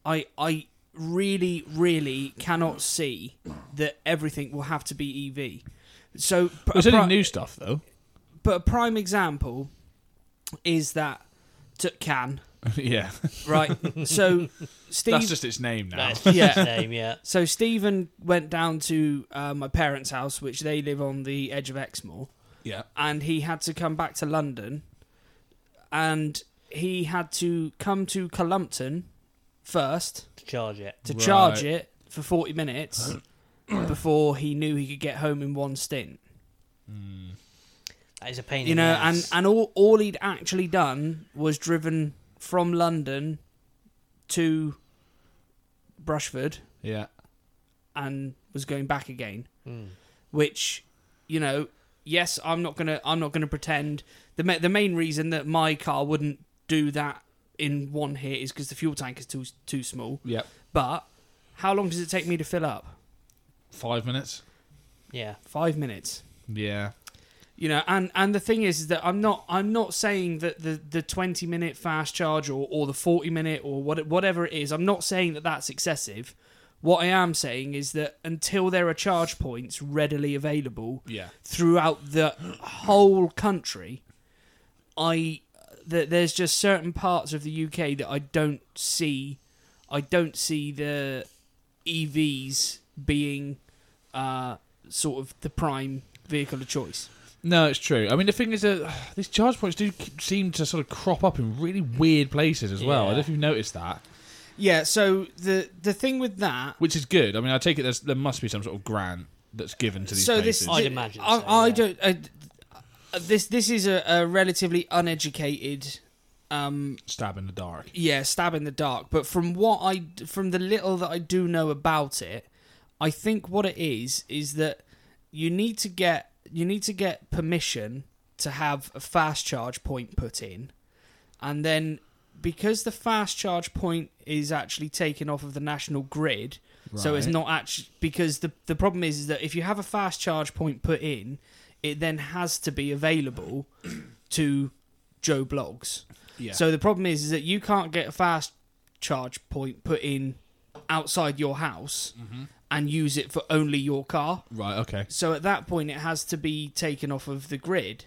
I I really really cannot see that everything will have to be EV. So pr-
It's only
pri-
new stuff though.
but a prime example is that t- can
yeah,
right. so Steve,
that's just its name now.
That's just
Yeah.
his name, yeah.
so Stephen went down to uh, my parents' house, which they live on the edge of Exmoor,
yeah,
and he had to come back to London, and he had to come to Columpton first
To charge it.
to
Right.
charge it for forty minutes before he knew he could get home in one stint.
Mm.
That is a pain
you
in
know,
the
and
ass.
and all all he'd actually done was driven from London to Brushford
yeah.
and was going back again,
Hmm.
which you know, yes, I'm not gonna I'm not gonna pretend the ma- the main reason that my car wouldn't do that in one hit is because the fuel tank is too too small.
Yep.
But how long does it take me to fill up?
Five minutes.
Yeah.
Five minutes.
Yeah.
you know and and the thing is, is that i'm not i'm not saying that the the 20 minute fast charge or or the 40 minute or what, whatever it is i'm not saying that that's excessive What I am saying is that until there are charge points readily available
Yeah.
throughout the whole country, I that there's just certain parts of the UK that I don't see. I don't see the EVs being uh, sort of the prime vehicle of choice.
No, it's true. I mean, the thing is that these charge points do k- seem to sort of crop up in really weird places as well. I don't know
Yeah.
if you've noticed that,
Yeah. So the the thing with that
which is good. I mean, I take it there's, there must be some sort of grant that's given to these
so
places.
this
I'd imagine
I,
so,
I
yeah.
don't I, this this is a, a relatively uneducated um
stab in the dark.
yeah stab in the dark but from what i from the little that i do know about it i think what it is is that you need to get you need to get permission to have a fast charge point put in and then because the fast charge point is actually taken off of the national grid so it's
Right.
not actually because the the problem is, is that if you have a fast charge point put in it then has to be available to joe blogs
Yeah.
so the problem is, is that you can't get a fast charge point put in outside your house and use it for only your car.
Right. Okay.
So at that point, it has to be taken off of the grid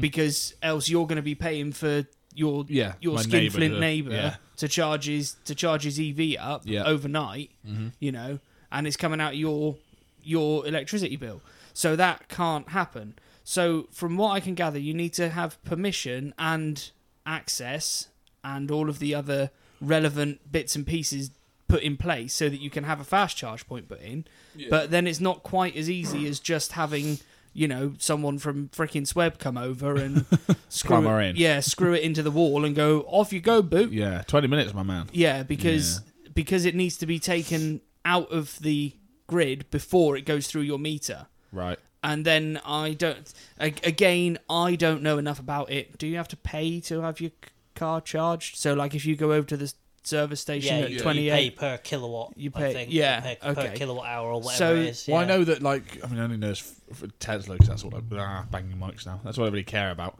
because else you're going to be paying for your
Mm-hmm. Yeah,
your
my
skinflint
neighbour
neighbour
to- yeah.
to charge his to charge his EV up
Yeah. Mm-hmm.
overnight. You know, and it's coming out of your your electricity bill. So that can't happen. So from what I can gather, you need to have permission and access and all of the other relevant bits and pieces put in place so that you can have a fast charge point put in. But then it's not quite as easy as just having, you know, someone from fricking Sweb come over and screw
Cram her
it,
in.
Yeah, screw it into the wall and go, off you go, boot.
Yeah. Twenty minutes, my man.
Yeah, because because it needs to be taken out of the grid before it goes through your meter.
Right.
And then I don't. a- Again, I don't know enough about it. Do you have to pay to have your c- car charged? So, like, if you go over to the s- service station
Yeah,
at
you, you pay
twenty-eight,
per kilowatt.
You
I
pay-
think,
yeah,
per, per
okay.
kilowatt hour or whatever
So-
it is.
Well, I
yeah.
know that, like, I mean, I only know it's f- f- Tesla because that's all I ah, banging mics now. That's what I really care about.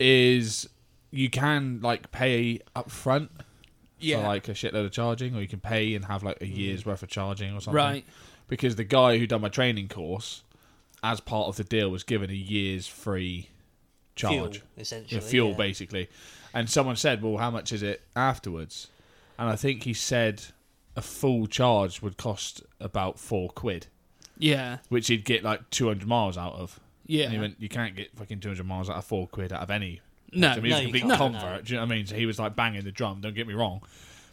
Is you can like pay up front for
Yeah. Mm.
like a shitload of charging, or you can pay and have like a year's worth of charging or something.
Right.
Because the guy who done my training course, as part of the deal, was given a year's free
fuel
charge, Yeah,
essentially.
fuel
yeah.
basically. And someone said, "Well, how much is it afterwards?" And I think he said a full charge would cost about four quid
yeah,
which he'd get like 200 miles out of. And he
yeah,
went, you can't get fucking 200 miles out of four quid out of any.
No,
I mean, he's
no,
a
you
complete
can't,
convert.
no.
Do you know what I mean? So he was like banging the drum, don't get me wrong.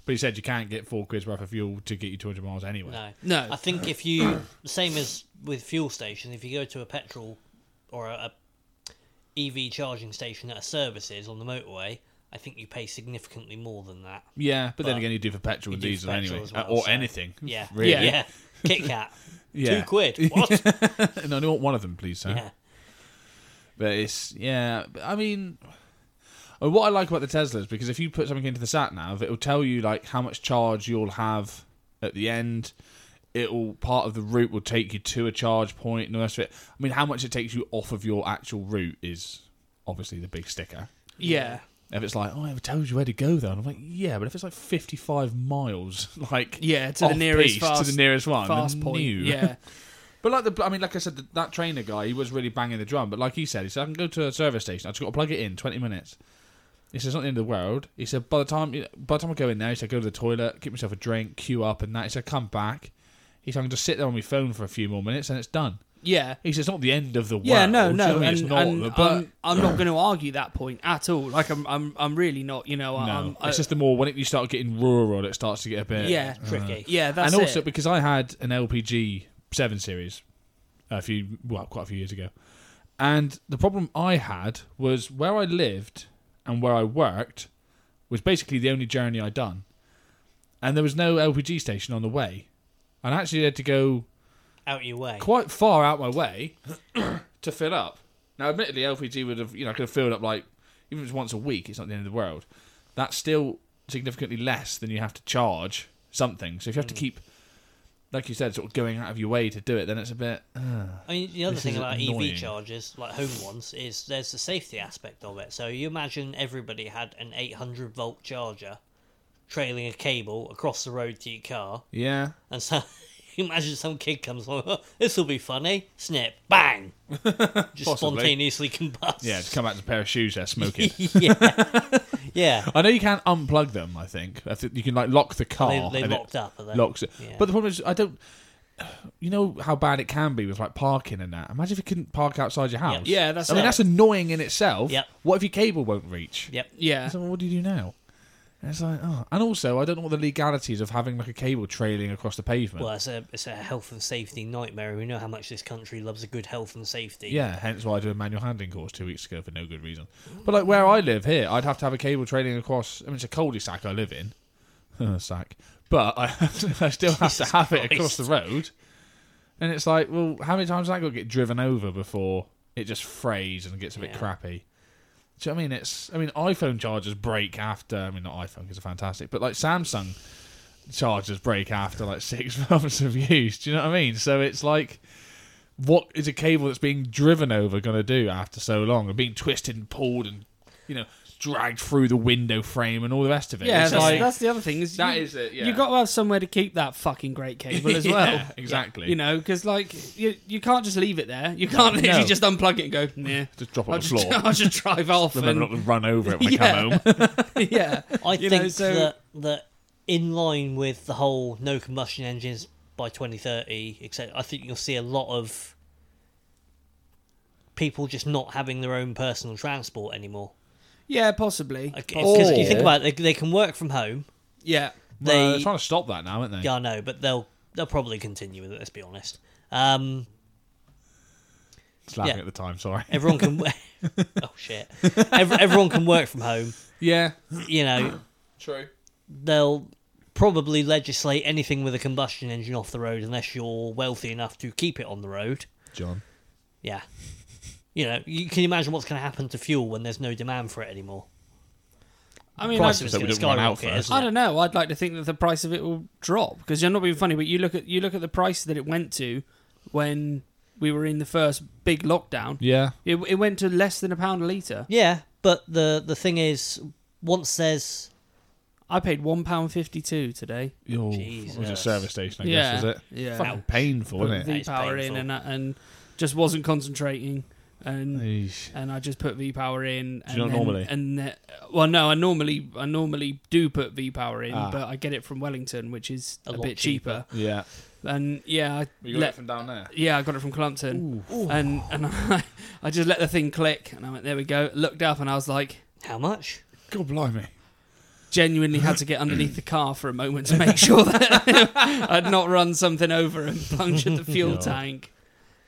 But he said you can't get four quid's worth of fuel to get you 200 miles anyway.
No.
No.
I think if you same as with fuel stations, if you go to a petrol or a, a EV charging station that a service is on the motorway, I think you pay significantly more than that.
Yeah, but, then
But
again, you do for petrol
you
and
do for
diesel
petrol
anyway.
as well,
Uh, or
so-
anything.
Yeah.
Really.
Yeah. yeah. Kit Kat.
Yeah.
Two quid. What?
and I only want one of them, please, sir.
yeah.
But it's, yeah, but I mean. uh, What I like about the Teslas because if you put something into the sat nav, it'll tell you like how much charge you'll have at the end. it'll part of the route will take you to a charge point and all the rest of it. I mean, how much it takes you off of your actual route is obviously the big sticker.
yeah,
If it's like, oh, it tells you where to go though, and I'm like, yeah, but if it's like 55 miles, like
yeah. To the
off
nearest
piece,
fast,
to the nearest one,
fast
then
point.
new.
Yeah,
But like the, I mean, like I said, th- that trainer guy, he was really banging the drum. But like he said, he said I can go to a service station. I just got to plug it in, twenty minutes. He said it's not the end of the world. He said by the time by the time I go in there, he said go to the toilet, get myself a drink, queue up, and that. He said come back. He said I can just sit there on my phone for a few more minutes and it's done.
yeah.
He said it's not the end of the world.
Yeah, no,
Do you know
no,
what I mean?
and,
it's not.
and
but
I'm, I'm not going to argue that point at all. Like, I'm, I'm, I'm really not. You know, I-
no,
I'm, I,
it's just the more when it, you start getting rural, it starts to get a bit. uh,
yeah,
Tricky.
yeah. That's
and also
it.
because I had an LPG seven series a few well quite a few years ago, and the problem I had was where I lived and where I worked was basically the only journey I'd done, and there was no LPG station on the way, and I actually had to go
Out your way.
quite far out my way to fill up. Now, admittedly, LPG would have, you know, I could have filled up like, even if it's once a week, it's not the end of the world. That's still significantly less than you have to charge something. So if you have to keep, like you said, sort of going out of your way to do it, then it's a bit. uh,
I mean, the other
This
thing
is
about
annoying.
EV chargers, like home ones, is there's the safety aspect of it. So you imagine everybody had an 800 volt charger trailing a cable across the road to your car,
Yeah.
and so imagine some kid comes along. "Oh, this will be funny. Snip, bang, just
Possibly.
spontaneously combusts.
Yeah, just come out to a pair of shoes they're smoking.
yeah, yeah.
I know you can't unplug them. I think I think you can like lock the car.
They, they
and it
locked up. Are they?
locks it.
Yeah.
But the problem is, I don't. You know how bad it can be with like parking and that. Imagine if you couldn't park outside your house.
Yeah, that's
I mean
it.
that's annoying in itself.
Yep.
What if your cable won't reach?
Yep.
Yeah.
So what do you do now? And it's like, oh, and also I don't know what the legalities of having like a cable trailing across the pavement.
Well, it's a it's a health and safety nightmare. We know how much this country loves a good health and safety.
Yeah, hence why I did a manual handling course two weeks ago for no good reason. But like where I live here, I'd have to have a cable trailing across. I mean, it's a cul-de-sac I live in, sack. But I, have to- I still have to
Jesus
have it
Christ.
across the road, and it's like, well, how many times has that got to get driven over before it just frays and gets a bit
Yeah.
crappy? Do you know what I mean? It's I mean, iPhone chargers break after. I mean, not iPhone because they're fantastic, but like Samsung chargers break after like six months of use. Do you know what I mean? So it's like, what is a cable that's being driven over going to do after so long and being twisted and pulled and you know dragged through the window frame and all the rest of it?
Yeah,
It's
that's,
like,
that's the other thing. Is
That
you,
is it, yeah.
You've got to have somewhere to keep that fucking great cable as well.
Yeah, exactly.
You know, because like you, you can't just leave it there. You can't literally
No.
just unplug it and go. Nah,
just drop it
I'll
on the
just,
floor.
I'll just drive off.
Remember
and,
not to run over it when I
Yeah.
come home.
yeah,
I
You
think
know, so-
that that in line with the whole no combustion engines by 2030, etc. I think you'll see a lot of people just not having their own personal transport anymore.
yeah, possibly.
Because you think
Or-
about it, they, they can work from home.
Yeah,
Well, they're
They-
trying to stop that now, aren't they?
Yeah, I know, but they'll they'll probably continue with it. Let's be honest. Um,
Just laughing
yeah.
at the time. Sorry.
everyone can. oh shit! Ev- everyone can work from home.
Yeah.
You know,
True.
they'll probably legislate anything with a combustion engine off the road unless you're wealthy enough to keep it on the road.
John.
Yeah. You know, you can imagine what's going to happen to fuel when there's no demand for it anymore.
I mean, I,
Prices
just hope
going to
we don't run out
skyrocket.
first.
isn't
I
it?
don't know. I'd like to think that the price of it will drop because you're not being funny, but you look at you look at the price that it went to when we were in the first big lockdown.
Yeah.
It, it went to less than a pound a liter.
Yeah, but the the thing is, once there's
I paid one pound fifty two today.
Oh, It was a
Jesus.
service station, I
yeah,
guess, was it?
yeah.
Fucking painful,
put
isn't it?
V
That is
power
painful.
in and and just wasn't concentrating and
Eesh.
and I just put V power in. And
you not
then-
normally?
And the- well, no, I normally I normally do put V power in,
Ah.
but I get it from Wellington, which is
A
a,
lot
bit cheaper.
Yeah.
And yeah, I
You got
let-
it from down there.
yeah, I got it from Clumpton, and and I, I just let the thing click, and I went there we go. Looked up, and I was like.
how much?
God blimey.
Genuinely had to get underneath the car for a moment to make sure that I'd not run something over and punctured the fuel
Yeah.
tank.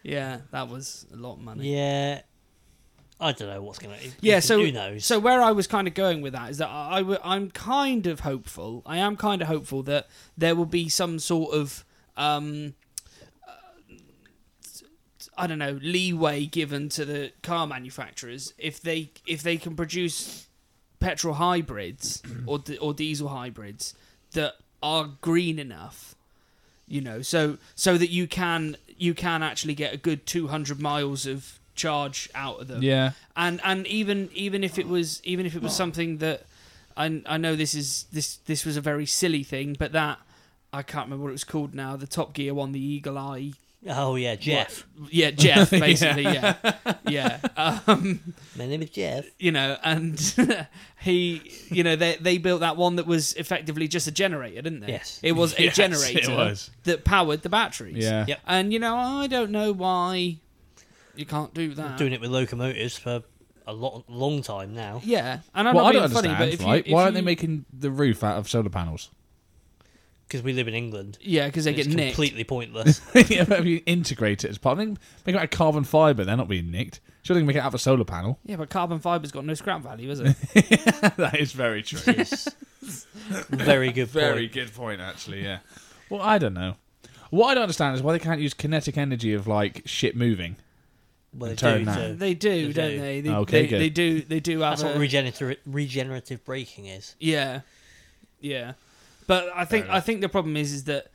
Yeah, that was a lot of money.
Yeah, I don't know what's going to.
Yeah, so
who knows?
So where I was kind of going with that is that I, I w- I'm kind of hopeful. I am kind of hopeful that there will be some sort of um, uh, I don't know leeway given to the car manufacturers if they if they can produce petrol hybrids or di- or diesel hybrids that are green enough. You know, so so that you can you can actually get a good 200 miles of charge out of them
Yeah.
and and even even if it
Oh.
was even if it was something that I I know this is this this was a very silly thing, but that I can't remember what it was called now. The Top Gear one, the Eagle Eye.
oh yeah, Jeff.
Yeah, Jeff, basically. yeah, yeah. Um,
My name is Jeff.
you know, and he, you know, they they built that one that was effectively just a generator, didn't they?
Yes.
it was a
Yes, it
generator
was.
that powered the batteries.
Yeah.
Yep.
and you know, I don't know why you can't do that.
Doing it with locomotives for a lot long time now.
yeah, and I'm
Well,
not
I don't
being
understand,
funny, but if you-
right?
if
Why aren't they
you-
making the roof out of solar panels?
Because we live in England.
Yeah, because they
It's
get nicked.
completely pointless.
yeah, but if you integrate it as part, I mean, make it out of carbon fibre, they're not being nicked. Sure, they can make it out of a solar panel.
Yeah, but carbon fiber's got no scrap value, is it?
that is very true.
It's very good.
Very
Point.
good point, actually. Yeah. Well, I don't know. What I don't understand is why they can't use kinetic energy of like shit moving.
Well, they
Turn
do,
that.
so-
they
They
do, don't
do. Ah,
they? They,
Okay,
they,
good.
they do. They do have.
That's what
a-
regenerative regenerative braking is.
yeah, yeah. But I think
Fair
I
enough.
think the problem is is that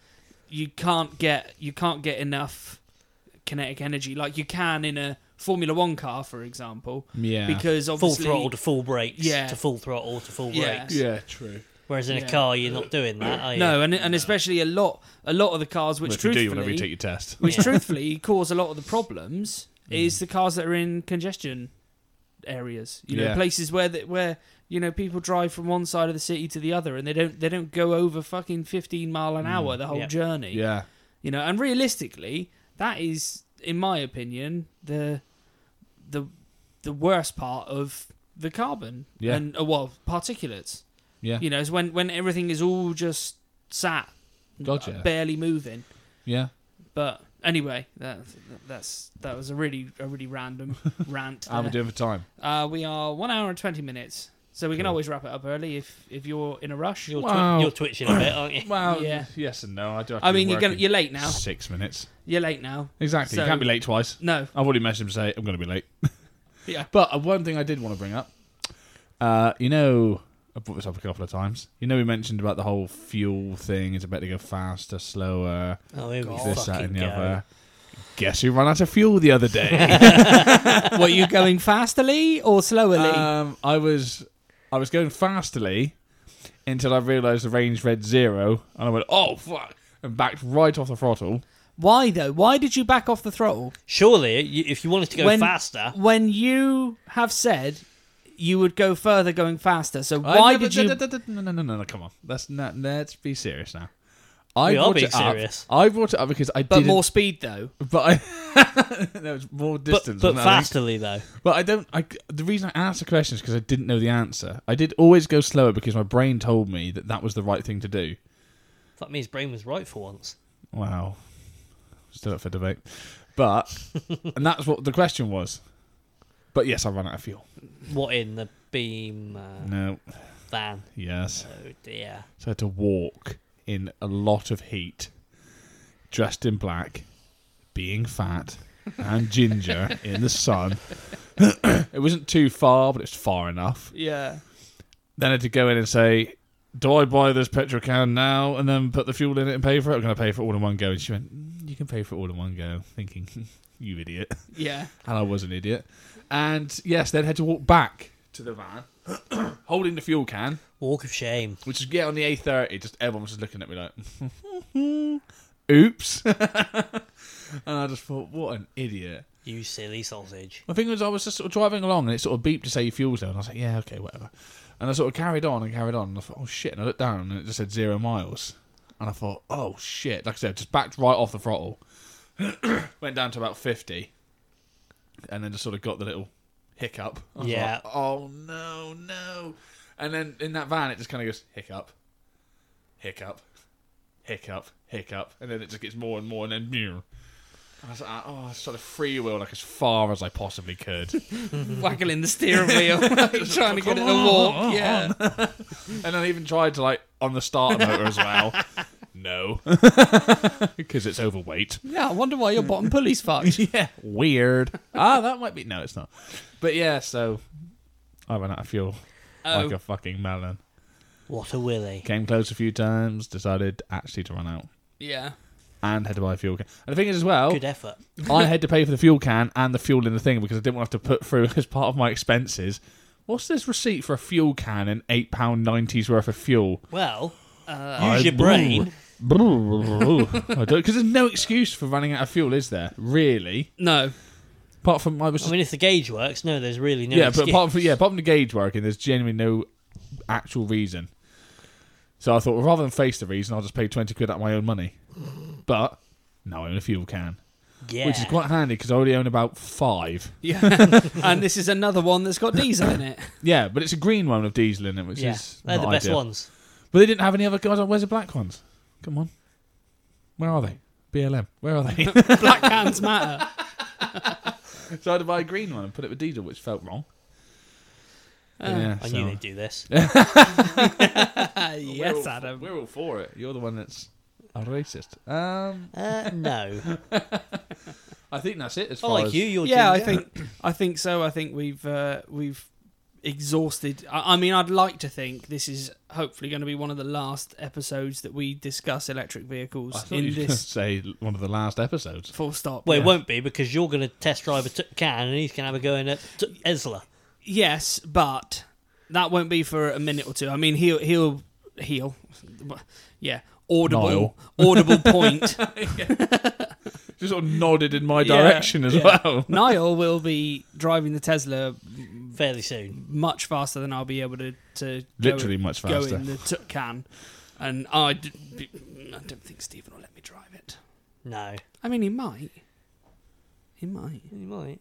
you can't get you can't get enough kinetic energy like you can in a Formula One car, for example,
Yeah.
because
Full
obviously
throttle to full brakes.
Yeah.
To full throttle to full
Yeah.
brakes.
yeah, true.
Whereas in
Yeah.
a car, you're not doing that, are you?
No, and and especially a lot a lot of the cars which
Which you
truthfully
do whenever you take your test.
which
Yeah.
truthfully cause a lot of the problems
Mm.
is the cars that are in congestion areas you know
Yeah.
places where the, where you know people drive from one side of the city to the other and they don't they don't go over fucking 15 mile an hour the whole
Yep.
journey
Mm. Yeah.
you know and realistically that is in my opinion the the the worst part of the carbon
Yeah.
and uh, well particulates
Yeah.
you know is when when everything is all just sat
Gotcha.
barely moving
Yeah.
but anyway, that that's that was a really a really random rant.
How am I
there.
doing for time?
Uh, we are one hour and twenty minutes, so we can
Cool.
always wrap it up early if if you're in a rush.
You're, twi-
Wow.
you're twitching a bit, aren't you?
Well,
Yeah.
yes and no. I do. Have to
I
be
mean, you're gonna,
working
you're late now.
six minutes
You're late now.
exactly.
So-
you can't be late twice.
No,
I've already messaged him to say I'm going to be late.
yeah,
But uh, one thing I did want to bring up, uh, you know, I brought this up a couple of times. You know, we mentioned about the whole fuel thing. It's about to go faster, slower,
Oh, here we
this, that,
fucking
and the
go.
other. Guess who ran out of fuel the other day?
were you going fasterly or slowly?
um, I was, I was going fasterly until I realised the range read zero, and I went, "Oh fuck!" and backed right off the throttle.
Why though? Why did you back off the throttle
Surely, you, if you wanted to go
When-
faster,
when you have said you would go further going faster? So
I
why
never-
did you?
No, no, no, no, no, no, come on. Let's not. Let's be serious now. I
We are
brought
being
it up.
serious.
I brought it up because I
But
didn't.
more speed though.
but I, there was more
but,
distance.
but
wasn't there, I think?
fasterly though.
But I don't. I, the reason I asked the question is because I didn't know the answer. I did always go slower because my brain told me that that was the right thing to do.
Fuck me, his brain was right for once.
Wow. Still up for debate. But and that's what the question was. But yes, I ran out of fuel.
What in the beam uh,
No.
van?
Yes.
Oh dear.
So I had to walk in a lot of heat, dressed in black, being fat and ginger in the sun. it wasn't too far, but it's far enough.
Yeah.
Then I had to go in and say, Do I buy this petrol can now and then put the fuel in it and pay for it? I'm going to pay for it all in one go. And she went, "Mm, You can pay for it all in one go, thinking, You idiot.
Yeah.
And I was an idiot. And yes, then had to walk back to the van, holding the fuel can
Walk of shame.
which is yeah on the A30. Just everyone was just looking at me like, "Oops," and I just thought, "What an idiot."
You silly sausage.
My thing was, I was just sort of driving along, and it sort of beeped to say your fuel's low, and I was like, "Yeah, okay, whatever." And I sort of carried on and carried on, and I thought, "Oh shit!" And I looked down, and it just said zero miles, and I thought, "Oh shit!" Like I said, just backed right off the throttle, went down to about fifty, and then just sort of got the little hiccup. I was
Yeah.
like, oh no, no! And then in that van, it just kind of goes hiccup, hiccup, hiccup, hiccup, and then it just gets more and more, and then. meow. And I was like, oh, I sort of freewheel like as far as I possibly could.
Waggling the steering wheel, trying to get it
Come
to
on.
walk. Yeah.
And I even tried to like on the starter motor as well. No, because it's overweight.
Yeah, I wonder why your bottom pulley's fucked.
Yeah, weird. ah, that might be. No, it's not. But yeah, so I ran out of fuel like
Oh,
a fucking melon.
What a willy.
Came close a few times. Decided actually to run out
yeah.
and had to buy a fuel can. And the thing is, as well,
Good effort.
I had to pay for the fuel can and the fuel in the thing because I didn't want to have to put through as part of my expenses. What's this receipt for a fuel can and eight pound ninety's worth of fuel?
Well,
I-
use your brain.
Because there's no excuse for running out of fuel, is there? Really?
No.
Apart from I was
I
just,
mean, if the gauge works, no, there's really no.
yeah, but
excuse.
apart from yeah, apart from the gauge working, there's genuinely no actual reason. So I thought, well, rather than face the reason, I'll just pay twenty quid out of my own money. But now I own a fuel can,
yeah.
which is quite handy because I already own about five.
Yeah. and this is another one that's got diesel in it.
Yeah, but it's a green one with diesel in it, which
yeah.
is
They're
not
the best
ideal.
ones.
But they didn't have any other guys. Where's the black ones? Come on, where are they? BLM, where are they?
Black cans matter.
So I had to buy a green one and put it with diesel, which felt wrong.
Oh,
yeah,
I knew they'd do this.
Uh, yes, Adam.
We're all for it. You're the one that's a racist. Um,
Uh, no.
I think that's it.
I
As far
like
as
you. You're
Yeah, I
ginger.
think I think so. I think we've uh, we've exhausted. I, I mean, I'd like to think this is hopefully going to be one of the last episodes that we discuss electric
I
vehicles
thought you
in
were gonna
this.
say one of the last episodes.
Full stop.
Well,
Yeah.
it won't be because you're going to test drive a t- can and he's going to have a go in at t- Esla.
Yes, but that won't be for a minute or two. I mean, he'll he'll heel, yeah, audible,
Nile.
audible point.
Just sort of nodded in my
Yeah.
direction as
Yeah.
well.
Niall will be driving the Tesla
fairly soon.
much faster than I'll be able to to go-
Literally much
go,
faster.
in the Toucan, and I, d- be- I don't think Stephen will let me drive it.
No,
I mean, he might. He might.
you might.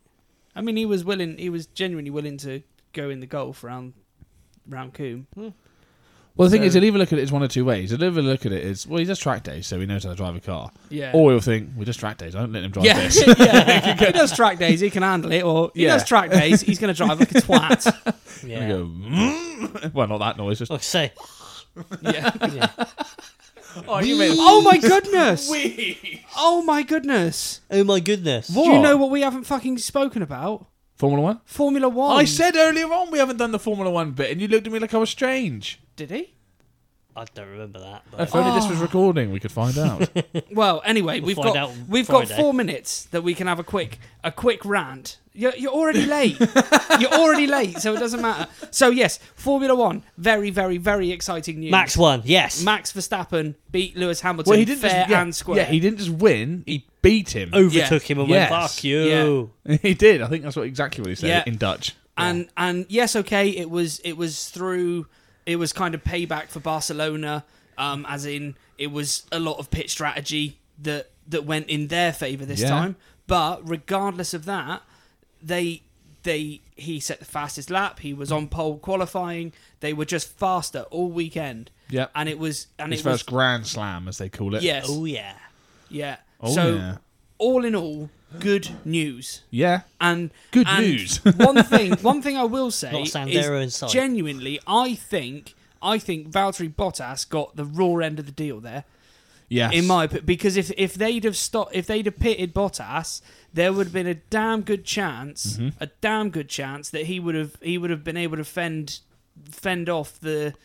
I mean, he was willing. He was genuinely willing to go in the golf round round Coombe.
Well, the thing
So-
is, he'll either look at it as one of two ways. He'll either look at it as, well, he does track days, so he knows how to drive a car.
Yeah.
Or he'll think, we just track days. I don't let him drive
yeah,
this.
yeah. he does track days. He can handle it. Or he
Yeah.
does track days. He's going to drive like a twat.
Yeah.
We go, "Mm." well, not that noise. Just,
Like I say,
yeah.
yeah.
oh, you made
Oh my goodness! Oh my goodness!
oh my goodness.
What?
Do you know what we haven't fucking spoken about?
Formula One?
Formula One.
I said earlier on we haven't done the Formula One bit, and you looked at me like I was strange.
Did he?
I don't remember that. But
If only this
Ah.
was recording, we could find out.
Well, anyway, we've
find
got
out
we've got
Friday.
four minutes that we can have a quick a quick rant. You're, you're already late. you're already late, so it doesn't matter. So yes, Formula One, very very very exciting news.
Max won. Yes.
Max Verstappen beat Lewis Hamilton
well, he didn't
fair
just, yeah,
and square. Oh.
Yeah, he didn't just win; he beat him.
Overtook him and
Yes.
went fuck you.
He did. I think that's what exactly what he said
Yeah.
in Dutch.
and and yes, okay, it was it was through it was kind of payback for Barcelona, um, as in it was a lot of pitch strategy that that went in their favour this
Yeah.
time. But regardless of that, they they he set the fastest lap. He was on pole qualifying. They were just faster all weekend.
Yep.
and it was and
His
it
first
was
Grand Slam, as they call it.
yes,
Oh yeah.
yeah.
Oh,
so
yeah.
all in all, good news.
Yeah.
And
Good
and
news.
one thing, one thing I will say
Not a Sandero in
is
sight.
genuinely, I think, I think Valtteri Bottas got the raw end of the deal there.
Yes.
In my opinion, because if if they'd have stopped, if they'd have pitted Bottas, there would have been a damn good chance,
Mm-hmm.
a damn good chance that he would have he would have been able to fend fend off the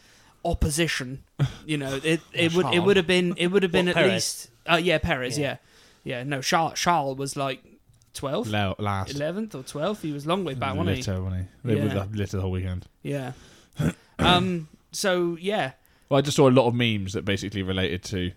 opposition. You know, it it would it
Charles.
would have been it would have been
What,
at
Perez?
least uh, yeah Perez yeah
Yeah.
yeah, no Charles Charles was like twelve.
La- last.
11th or 12th. He was long way back, wasn't
litter, wasn't he? They
Yeah.
were the- litter the whole weekend.
he? Yeah. um. So yeah,
Well, I just saw a lot of memes that basically related to,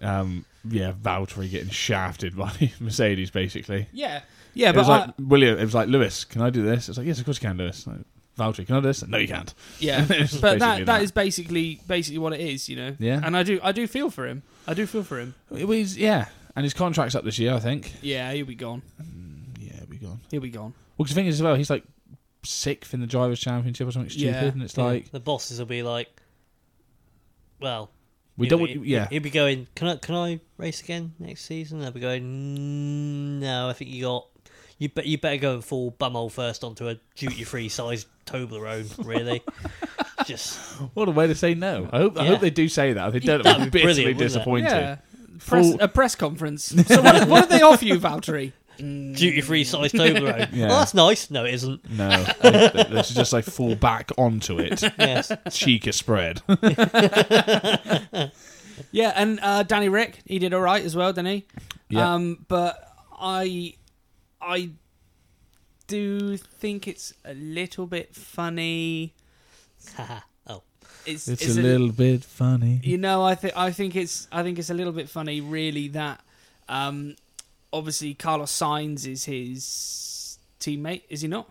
um, yeah, Valtteri getting shafted by Mercedes, basically.
yeah, yeah.
it
But
was like
I-
William. It was like Lewis. Can I do this? It's like yes, of course you can, Lewis. Like, Valtteri, can I do this? No, you can't.
yeah,
It's basically
but that, that is basically basically what it is, you know.
Yeah.
And I do I do feel for him. I do feel for him.
It was yeah, and his contract's up this year, I think.
Yeah, he'll be gone.
Mm, Yeah, we gone.
He'll be gone.
Well, 'cause the thing is as well, he's like sixth in the drivers' championship or something stupid,
Yeah.
and it's like
the bosses will be like, well,
we
he'll
don't
be-
want. Yeah,
He'll be going. Can I can I race again next season? They'll be going. "Mm, No, I think you got. You bet. You better go and fall bumhole first onto a duty free size Toblerone. Really, just
what a way to say no. I hope. I
Yeah.
hope they do say that. If they don't,
That
I'll be
would be brilliant,
bitterly
wouldn't it?
disappointed.
Yeah. Press,
Full-
a press conference. So what, what did they offer you, Valtteri?
duty free size Toblerone.
Yeah.
Well, that's nice. No, it isn't.
No, I- th- let's just like fall back onto it.
Yes.
Cheeker spread.
Um, Yeah, and uh, Danny Rick, he did all right as well, didn't he?
Yeah.
Um, but I, I do think it's a little bit funny.
Haha. oh,
It's
It's, a, little bit funny.
you know, I think I think it's I think it's a little bit funny, really. That um, obviously Carlos Sainz is his teammate, is he not?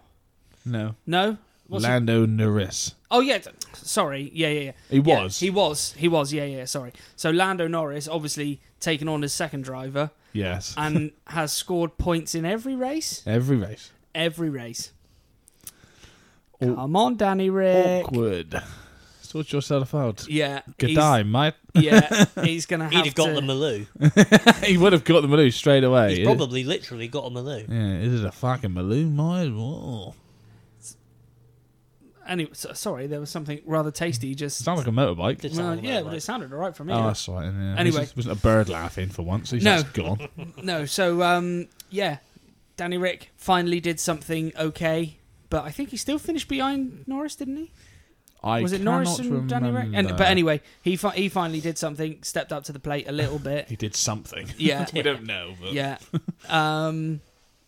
No,
No. What's he-
Lando Norris.
Oh yeah, t- sorry. Yeah, yeah, yeah.
He
Yeah,
was.
he was. He was. Yeah, yeah. Sorry. So Lando Norris obviously taken on as second driver.
Yes.
and has scored points in every race.
Every race.
Every race.
Aw-
Come on, Danny Rick.
Awkward. Sort yourself out.
Yeah.
Good
he's-
time, mate.
Yeah, he's gonna have
he'd have got
to-
the Maloo.
he would have got the Maloo straight away.
He's probably literally got a Maloo.
Yeah, it is a fucking Maloo, might as well.
Anyway, so, sorry, there was something rather tasty.
It
Just
sounds like a motorbike.
Did
well,
sound
yeah,
about
but
right.
it sounded alright for me.
Oh, that's right. Yeah.
Anyway.
This is- wasn't a bird laughing for once. He's
No.
just gone.
No, so um, yeah, Danny Rick finally did something okay, but I think he still finished behind Norris, didn't he?
I
was it Norris
cannot
and Danny Rick? And,
remember.
but anyway, he fi- he finally did something, stepped up to the plate a little bit.
he did something.
Yeah,
we don't know, but
yeah um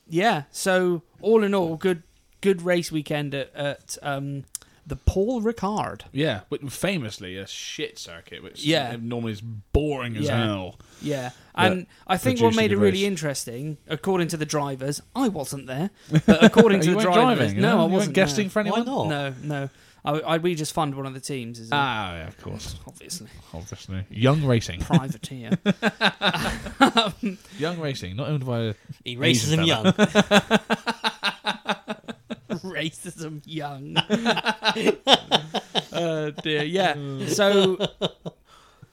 yeah so all in all good good race weekend at, at um the Paul Ricard.
Yeah, but famously a shit circuit, which
Yeah.
normally is boring as
Yeah.
hell.
Yeah, and I think what
produced a
made it
good
really
race.
interesting, according to the drivers, I wasn't there, but according to
You
the
weren't
drivers,
driving, no?
no, I
You weren't
wasn't
guesting
no.
for anyone?
Why not?
No, no, I, I we just fund one of the teams, is
Ah, yeah, of course,
obviously
obviously. Young Racing,
privateer.
Young Racing, not owned by. A,
He races
Asian
him young.
racism young. uh, dear, yeah.
Mm.
So,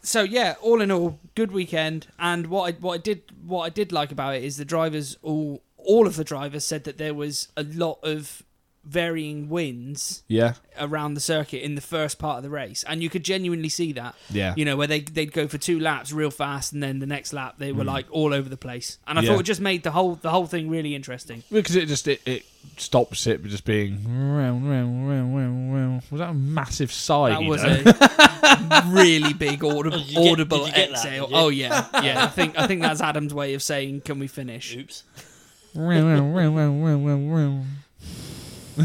so yeah. All in all, good weekend. And what I what I did what I did like about it is the drivers all all of the drivers said that there was a lot of varying winds
yeah,
around the circuit in the first part of the race, and you could genuinely see that.
yeah,
You know, where they they'd go for two laps real fast, and then the next lap they were like all over the place. And I
Yeah.
thought it just made the whole the whole thing really interesting.
because it just it, it stops it just being round, round, round, round, round. Was that a massive sigh?
That
he
was
done?
a really big audible,
Did you get-
audible
did you get that?
exhale.
Did you?
Oh yeah, yeah. I think I think that's Adam's way of saying, "Can we finish?"
Oops.
Round, round, round, round, round, round, round.
I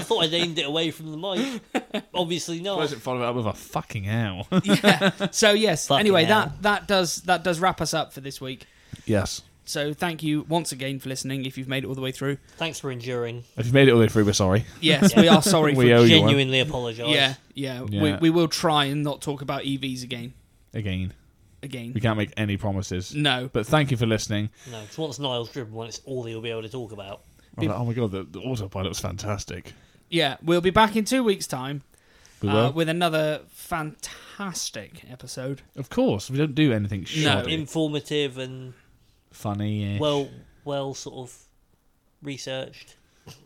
thought I aimed it away from the mic. Obviously
Why
not.
does it follow it up with a fucking owl?
yeah. So yes.
Fucking
anyway,
hell.
that that does that does wrap us up for this week.
yes.
So thank you once again for listening. If you've made it all the way through,
Thanks for enduring.
If you've made it all the way through, we're sorry.
yes, we are sorry.
We
for,
owe you one.
Genuinely apologise.
yeah, yeah. We,
Yeah.
we will try and not talk about EVs again.
Again, we
Again.
can't make any promises.
No.
But thank you for listening.
No, 'cause once Niall's driven one, it's all he'll be able to talk about.
I was like, oh my god, the, the autopilot was fantastic.
Yeah. We'll be back in two weeks' time
We
uh,
will.
with another fantastic episode.
of course, we don't do anything
No.
shoddy.
Informative and
Funny.
well, well, sort of researched.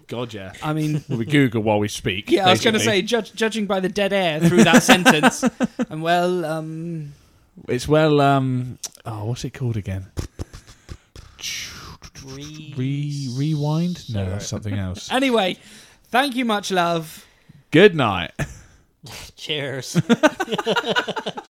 God, yeah.
I mean.
we Google while we speak.
Yeah, I was going to say,
basically.
judge, judging by the dead air through that sentence, and well, um,
it's well. Um, oh, what's it called again?
Re-
Re rewind? No, that's something else.
anyway, thank you much, love.
Good night.
Cheers.